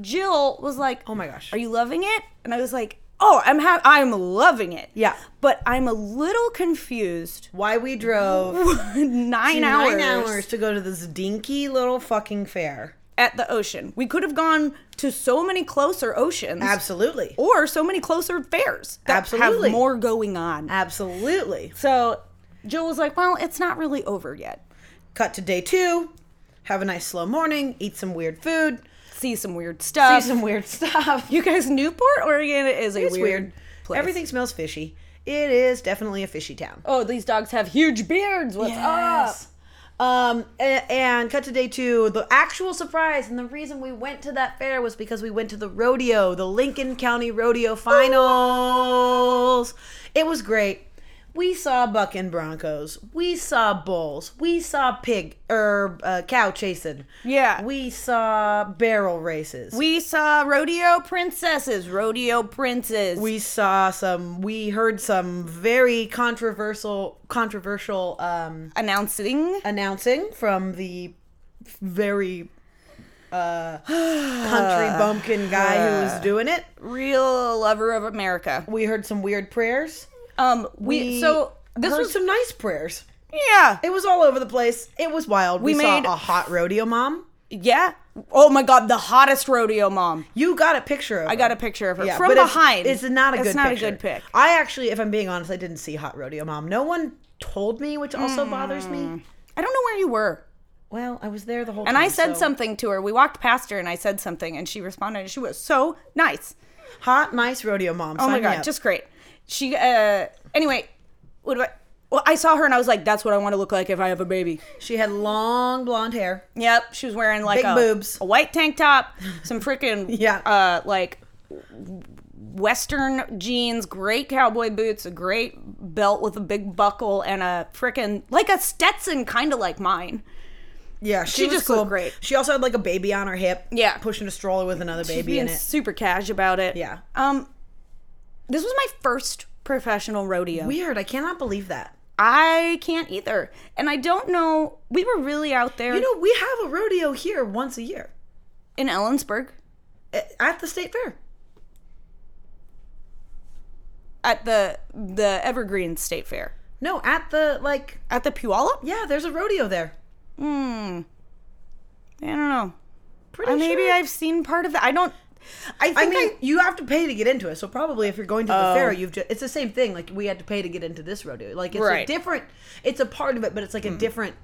Speaker 2: Jill was like,
Speaker 1: Oh my gosh.
Speaker 2: Are you loving it?" And I was like, "Oh, I'm ha- I'm loving it."
Speaker 1: Yeah.
Speaker 2: But I'm a little confused.
Speaker 1: Why we drove
Speaker 2: 9 hours.
Speaker 1: nine hours to go to this dinky little fucking fair.
Speaker 2: at the ocean. We could have gone to so many closer oceans.
Speaker 1: Absolutely.
Speaker 2: Or so many closer fairs that
Speaker 1: Absolutely.
Speaker 2: have more going on.
Speaker 1: Absolutely.
Speaker 2: So Jill was like, "Well, it's not really over yet.
Speaker 1: Cut to day two. Have a nice slow morning. Eat some weird food.
Speaker 2: See some weird
Speaker 1: See
Speaker 2: stuff.
Speaker 1: some weird stuff.
Speaker 2: You guys, Newport, Oregon is a
Speaker 1: It's
Speaker 2: weird,
Speaker 1: weird.
Speaker 2: place.
Speaker 1: Everything smells fishy. It is definitely a fishy town.
Speaker 2: Oh, these dogs have huge beards. What's
Speaker 1: Yes. Um, a- and cut to day two. The actual surprise and the reason we went to that fair was because we went to the rodeo, the Lincoln County Rodeo Finals. It was great. We saw bucking broncos. We saw bulls. We saw pig or uh, cow chasing.
Speaker 2: Yeah.
Speaker 1: We saw barrel races. We,
Speaker 2: We saw rodeo princesses, rodeo princes.
Speaker 1: we saw some. We heard some very controversial controversial um,
Speaker 2: announcing
Speaker 1: announcing from the very uh, country bumpkin guy who was doing it.
Speaker 2: real lover of America.
Speaker 1: We heard some weird prayers.
Speaker 2: Um, we,
Speaker 1: We
Speaker 2: so this
Speaker 1: heard
Speaker 2: was
Speaker 1: some nice prayers.
Speaker 2: yeah
Speaker 1: It was all over the place. It was wild. We,
Speaker 2: We made-
Speaker 1: saw a hot rodeo mom.
Speaker 2: yeah. Oh my God, the hottest rodeo mom.
Speaker 1: You got a picture of
Speaker 2: I got a picture of her
Speaker 1: Yeah,
Speaker 2: from
Speaker 1: but it's-
Speaker 2: behind.
Speaker 1: It's, not a good
Speaker 2: It's not
Speaker 1: picture.
Speaker 2: a good pic.
Speaker 1: I actually, if I'm being honest, I didn't see Hot Rodeo Mom. No one told me, which also bothers me.
Speaker 2: I don't know where you were.
Speaker 1: Well, I was there the whole
Speaker 2: Hmm. And
Speaker 1: time.
Speaker 2: I said
Speaker 1: so-
Speaker 2: something to her. We walked past her, and I said something, and she responded. And she was so nice.
Speaker 1: Hot, nice rodeo mom.
Speaker 2: Oh my god, just great. She uh anyway, what do I well, I saw her and I was like, that's what I want to look like if I have a baby.
Speaker 1: She had long blonde hair.
Speaker 2: Yep, she was wearing like
Speaker 1: Big
Speaker 2: a,
Speaker 1: boobs.
Speaker 2: a white tank top, some freaking
Speaker 1: Yeah.
Speaker 2: uh like western jeans, great cowboy boots, a great belt with a big buckle and a freaking like a Stetson kind of like mine.
Speaker 1: Yeah, she,
Speaker 2: She
Speaker 1: was
Speaker 2: just
Speaker 1: cool.
Speaker 2: looked great.
Speaker 1: She also had like a baby on her hip.
Speaker 2: Yeah.
Speaker 1: pushing a stroller with another baby
Speaker 2: Being
Speaker 1: in it.
Speaker 2: super cash about it.
Speaker 1: Yeah.
Speaker 2: Um this was my first professional rodeo.
Speaker 1: Weird. I cannot believe that.
Speaker 2: I can't either. And I don't know. We were really out there
Speaker 1: You know, we have a rodeo here once a year
Speaker 2: in Ellensburg
Speaker 1: a- at the state fair.
Speaker 2: at the the Evergreen State Fair
Speaker 1: No, at the like
Speaker 2: at the Puyallup.
Speaker 1: yeah, there's a rodeo there.
Speaker 2: I don't know.
Speaker 1: Pretty
Speaker 2: Uh, maybe
Speaker 1: sure.
Speaker 2: I've seen part of that. I don't. I think
Speaker 1: I
Speaker 2: I,
Speaker 1: Oh. mean, you have to pay to get into it. So probably if you're going to the fair, you've just, it's the same thing. Like we had to pay to get into this rodeo. Like it's a
Speaker 2: Right.
Speaker 1: different. It's a part of it, but it's like a different.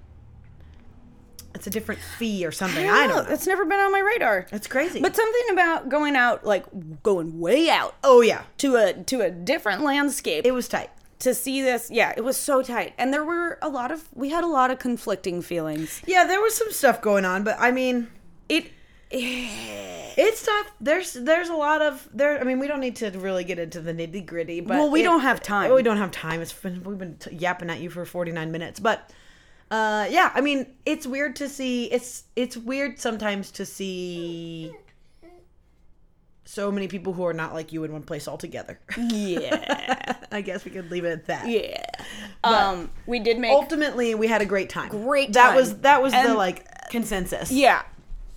Speaker 1: It's a different fee or something.
Speaker 2: I
Speaker 1: I don't know.
Speaker 2: It's never been on my radar.
Speaker 1: It's crazy.
Speaker 2: But something about going out, like going way out
Speaker 1: oh yeah,
Speaker 2: to a to a different landscape
Speaker 1: it was tight.
Speaker 2: to see this. Yeah, it was so tight, and there were a lot of we had a lot of conflicting feelings.
Speaker 1: Yeah, there was some stuff going on, but I mean,
Speaker 2: It
Speaker 1: It's tough. There's there's a lot of there. I mean, we don't need to really get into the nitty gritty, but
Speaker 2: Well, we
Speaker 1: it-
Speaker 2: don't have time.
Speaker 1: We don't have time. It's been, we've been t- yapping at you for forty nine minutes, but uh, yeah. I mean, it's weird to see. It's it's weird sometimes to see so many people who are not like you in one place altogether.
Speaker 2: Yeah.
Speaker 1: I guess we could leave it at that.
Speaker 2: yeah. Um, we did make
Speaker 1: Ultimately, we had a great time.
Speaker 2: Great
Speaker 1: That
Speaker 2: time.
Speaker 1: was that was the
Speaker 2: And-
Speaker 1: like consensus.
Speaker 2: Yeah.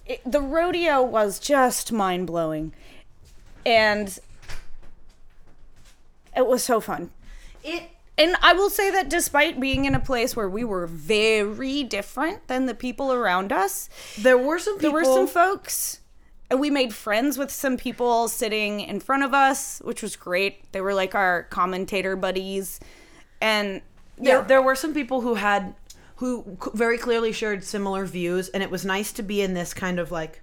Speaker 2: It, the rodeo was just mind blowing. And it was so fun.
Speaker 1: It
Speaker 2: And I will say that despite being in a place where we were very different than the people around us,
Speaker 1: there were some people.
Speaker 2: there were some folks. And we made friends with some people sitting in front of us, which was great. They were like our commentator buddies. And
Speaker 1: there,
Speaker 2: there,
Speaker 1: there were some people who had who c- very clearly shared similar views and it was nice to be in this kind of like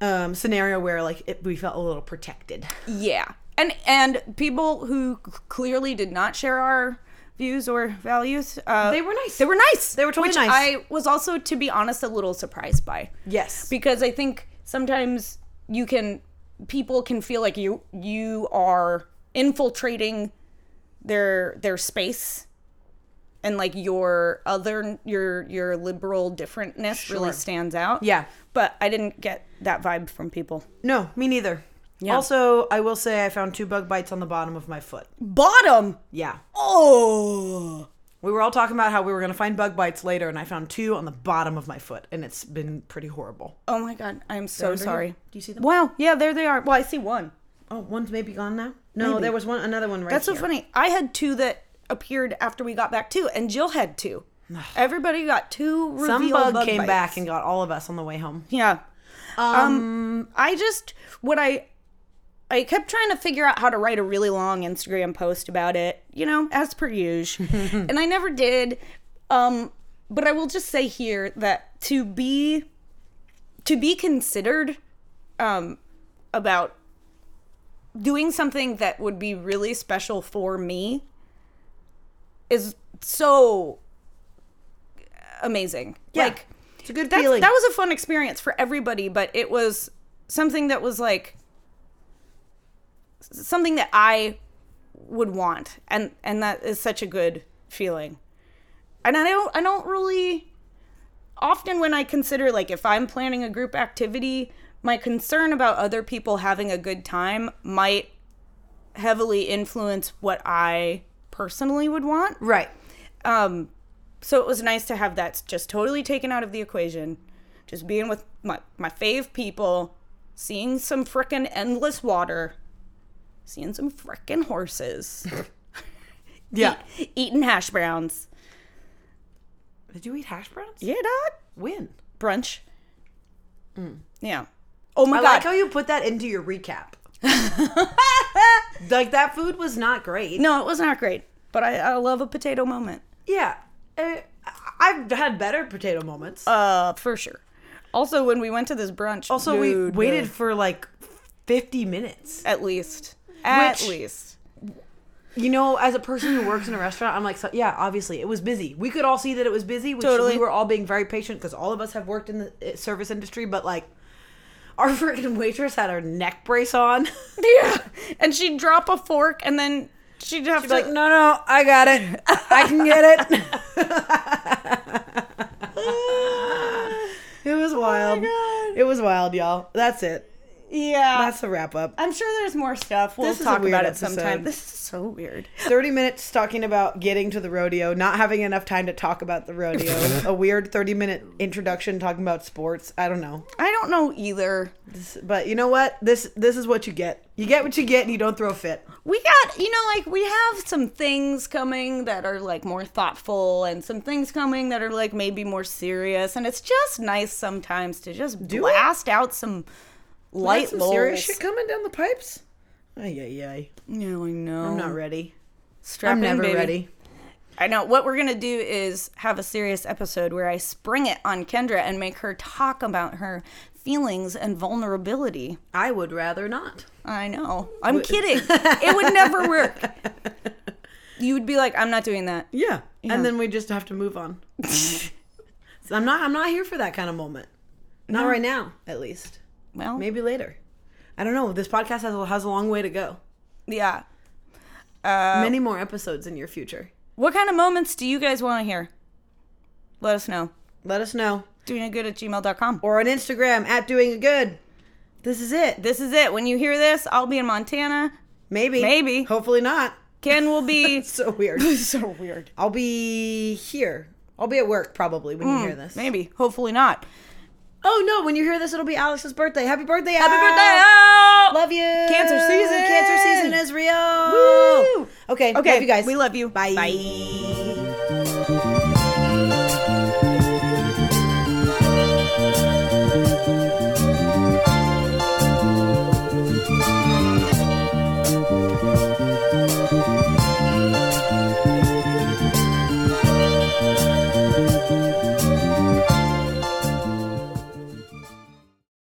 Speaker 1: um scenario where like it, we felt a little protected
Speaker 2: Yeah, and and people who c- clearly did not share our views or values, uh,
Speaker 1: They were nice.
Speaker 2: They were nice.
Speaker 1: They were totally
Speaker 2: which
Speaker 1: nice.
Speaker 2: I was also, to be honest, a little surprised by.
Speaker 1: Yes.
Speaker 2: because I think sometimes you can people can feel like you you are infiltrating their their space and like your other your your liberal differentness really
Speaker 1: Sure.
Speaker 2: stands out
Speaker 1: Yeah.
Speaker 2: but i didn't get that vibe from people
Speaker 1: no me neither
Speaker 2: Yeah.
Speaker 1: also i will say i found two bug bites on the bottom of my foot
Speaker 2: bottom
Speaker 1: yeah
Speaker 2: oh
Speaker 1: we were all talking about how we were going to find bug bites later and i found two on the bottom of my foot and it's been pretty horrible
Speaker 2: Oh my god, I am so
Speaker 1: under
Speaker 2: sorry.
Speaker 1: here? Do you see them?
Speaker 2: Wow, yeah, there they are. Well, I see one.
Speaker 1: oh one's maybe gone now no
Speaker 2: Maybe.
Speaker 1: there was one another one right
Speaker 2: That's so
Speaker 1: here.
Speaker 2: funny. I had two that appeared after we got back too, and Jill had two. Everybody got two. Reveal
Speaker 1: some bug, came
Speaker 2: bites.
Speaker 1: back and got all of us on the way home
Speaker 2: Yeah. Um, I just what I I kept trying to figure out how to write a really long Instagram post about it, you know, as per usual. and I never did. Um, but I will just say here that to be to be considered um about doing something that would be really special for me is so amazing.
Speaker 1: Yeah.
Speaker 2: Like
Speaker 1: it's a good
Speaker 2: that's,
Speaker 1: feeling
Speaker 2: that was a fun experience for everybody, but it was something that was like s- something that I would want, and and that is such a good feeling. And I don't I don't really often when I consider like if I'm planning a group activity, my concern about other people having a good time might heavily influence what I personally would want.
Speaker 1: right
Speaker 2: Um, so it was nice to have that just totally taken out of the equation. Just being with my, my fave people, seeing some frickin' endless water, seeing some frickin' horses,
Speaker 1: Yeah.
Speaker 2: eat- eating hash browns.
Speaker 1: Did you eat hash browns?
Speaker 2: Yeah, dog.
Speaker 1: When?
Speaker 2: Brunch. Yeah. Oh my
Speaker 1: Mm. I
Speaker 2: god.
Speaker 1: like how you put that into your recap. like that food was not great.
Speaker 2: no, it was not great, but I, I love a potato moment.
Speaker 1: Yeah. Uh, I- I've had better potato moments.
Speaker 2: Uh, for sure. Also, when we went to this brunch,
Speaker 1: also, we
Speaker 2: dude,
Speaker 1: waited for like 50 minutes.
Speaker 2: at least, at
Speaker 1: Which-
Speaker 2: least.
Speaker 1: You know, as a person who works in a restaurant, I'm like, so, yeah, obviously it was busy. We could all see that it was busy. Which
Speaker 2: Totally.
Speaker 1: We were all being very patient because all of us have worked in the uh, service industry, but like our freaking waitress had her neck brace on.
Speaker 2: Yeah. And she'd drop a fork and then she'd have
Speaker 1: She's
Speaker 2: to
Speaker 1: like, no, no, I got it. I can get it. it was wild.
Speaker 2: God.
Speaker 1: It was wild, y'all. That's it.
Speaker 2: Yeah.
Speaker 1: That's the wrap up.
Speaker 2: I'm sure there's more stuff. We'll
Speaker 1: This is a
Speaker 2: talk
Speaker 1: weird
Speaker 2: about it
Speaker 1: episode.
Speaker 2: sometime. This is so weird.
Speaker 1: 30 minutes talking about getting to the rodeo, not having enough time to talk about the rodeo. a weird 30 minute introduction talking about sports. I don't know.
Speaker 2: I don't know either.
Speaker 1: This- But you know what? This this is what you get. You get what you get and you don't throw a fit.
Speaker 2: We got, you know, like we have some things coming that are like more thoughtful and some things coming that are like maybe more serious. And it's just nice sometimes to just
Speaker 1: Do it.
Speaker 2: blast out some
Speaker 1: Got
Speaker 2: light
Speaker 1: some
Speaker 2: lulls.
Speaker 1: serious shit coming down the pipes. Mm. Ay, ay, ay.
Speaker 2: No, I know.
Speaker 1: I'm not ready.
Speaker 2: Strap
Speaker 1: I'm
Speaker 2: in,
Speaker 1: never
Speaker 2: baby.
Speaker 1: ready.
Speaker 2: I know. What we're going to do is have a serious episode where I spring it on Kendra and make her talk about her feelings and vulnerability.
Speaker 1: I would rather not.
Speaker 2: I know. I'm kidding. it would never work. You would be like, I'm not doing that.
Speaker 1: Yeah. And then we just have to move on. So I'm not I'm not here for that kind of moment. Not right now, at least.
Speaker 2: Well,
Speaker 1: Maybe later. I don't know. This podcast has a, has a long way to go.
Speaker 2: yeah.
Speaker 1: Many more episodes in your future.
Speaker 2: What kind of moments do you guys want to hear? Let us know.
Speaker 1: Let us know.
Speaker 2: Doing it good at gmail.com.
Speaker 1: Or on Instagram at doing it good. This is it.
Speaker 2: This is it. When you hear this, I'll be in Montana.
Speaker 1: Maybe.
Speaker 2: Maybe.
Speaker 1: Hopefully not.
Speaker 2: Ken will be.
Speaker 1: So weird.
Speaker 2: so weird.
Speaker 1: I'll be here. I'll be at work probably when you hear this.
Speaker 2: Hmm. Maybe. Hopefully not.
Speaker 1: Oh no, when you hear this, it'll be Alex's birthday. Happy birthday,
Speaker 2: Happy
Speaker 1: Al.
Speaker 2: birthday! Al!
Speaker 1: Love you.
Speaker 2: Cancer season.
Speaker 1: Cancer season is real.
Speaker 2: Woo!
Speaker 1: Okay.
Speaker 2: Okay,
Speaker 1: Love you guys.
Speaker 2: we love you.
Speaker 1: Bye.
Speaker 2: Bye.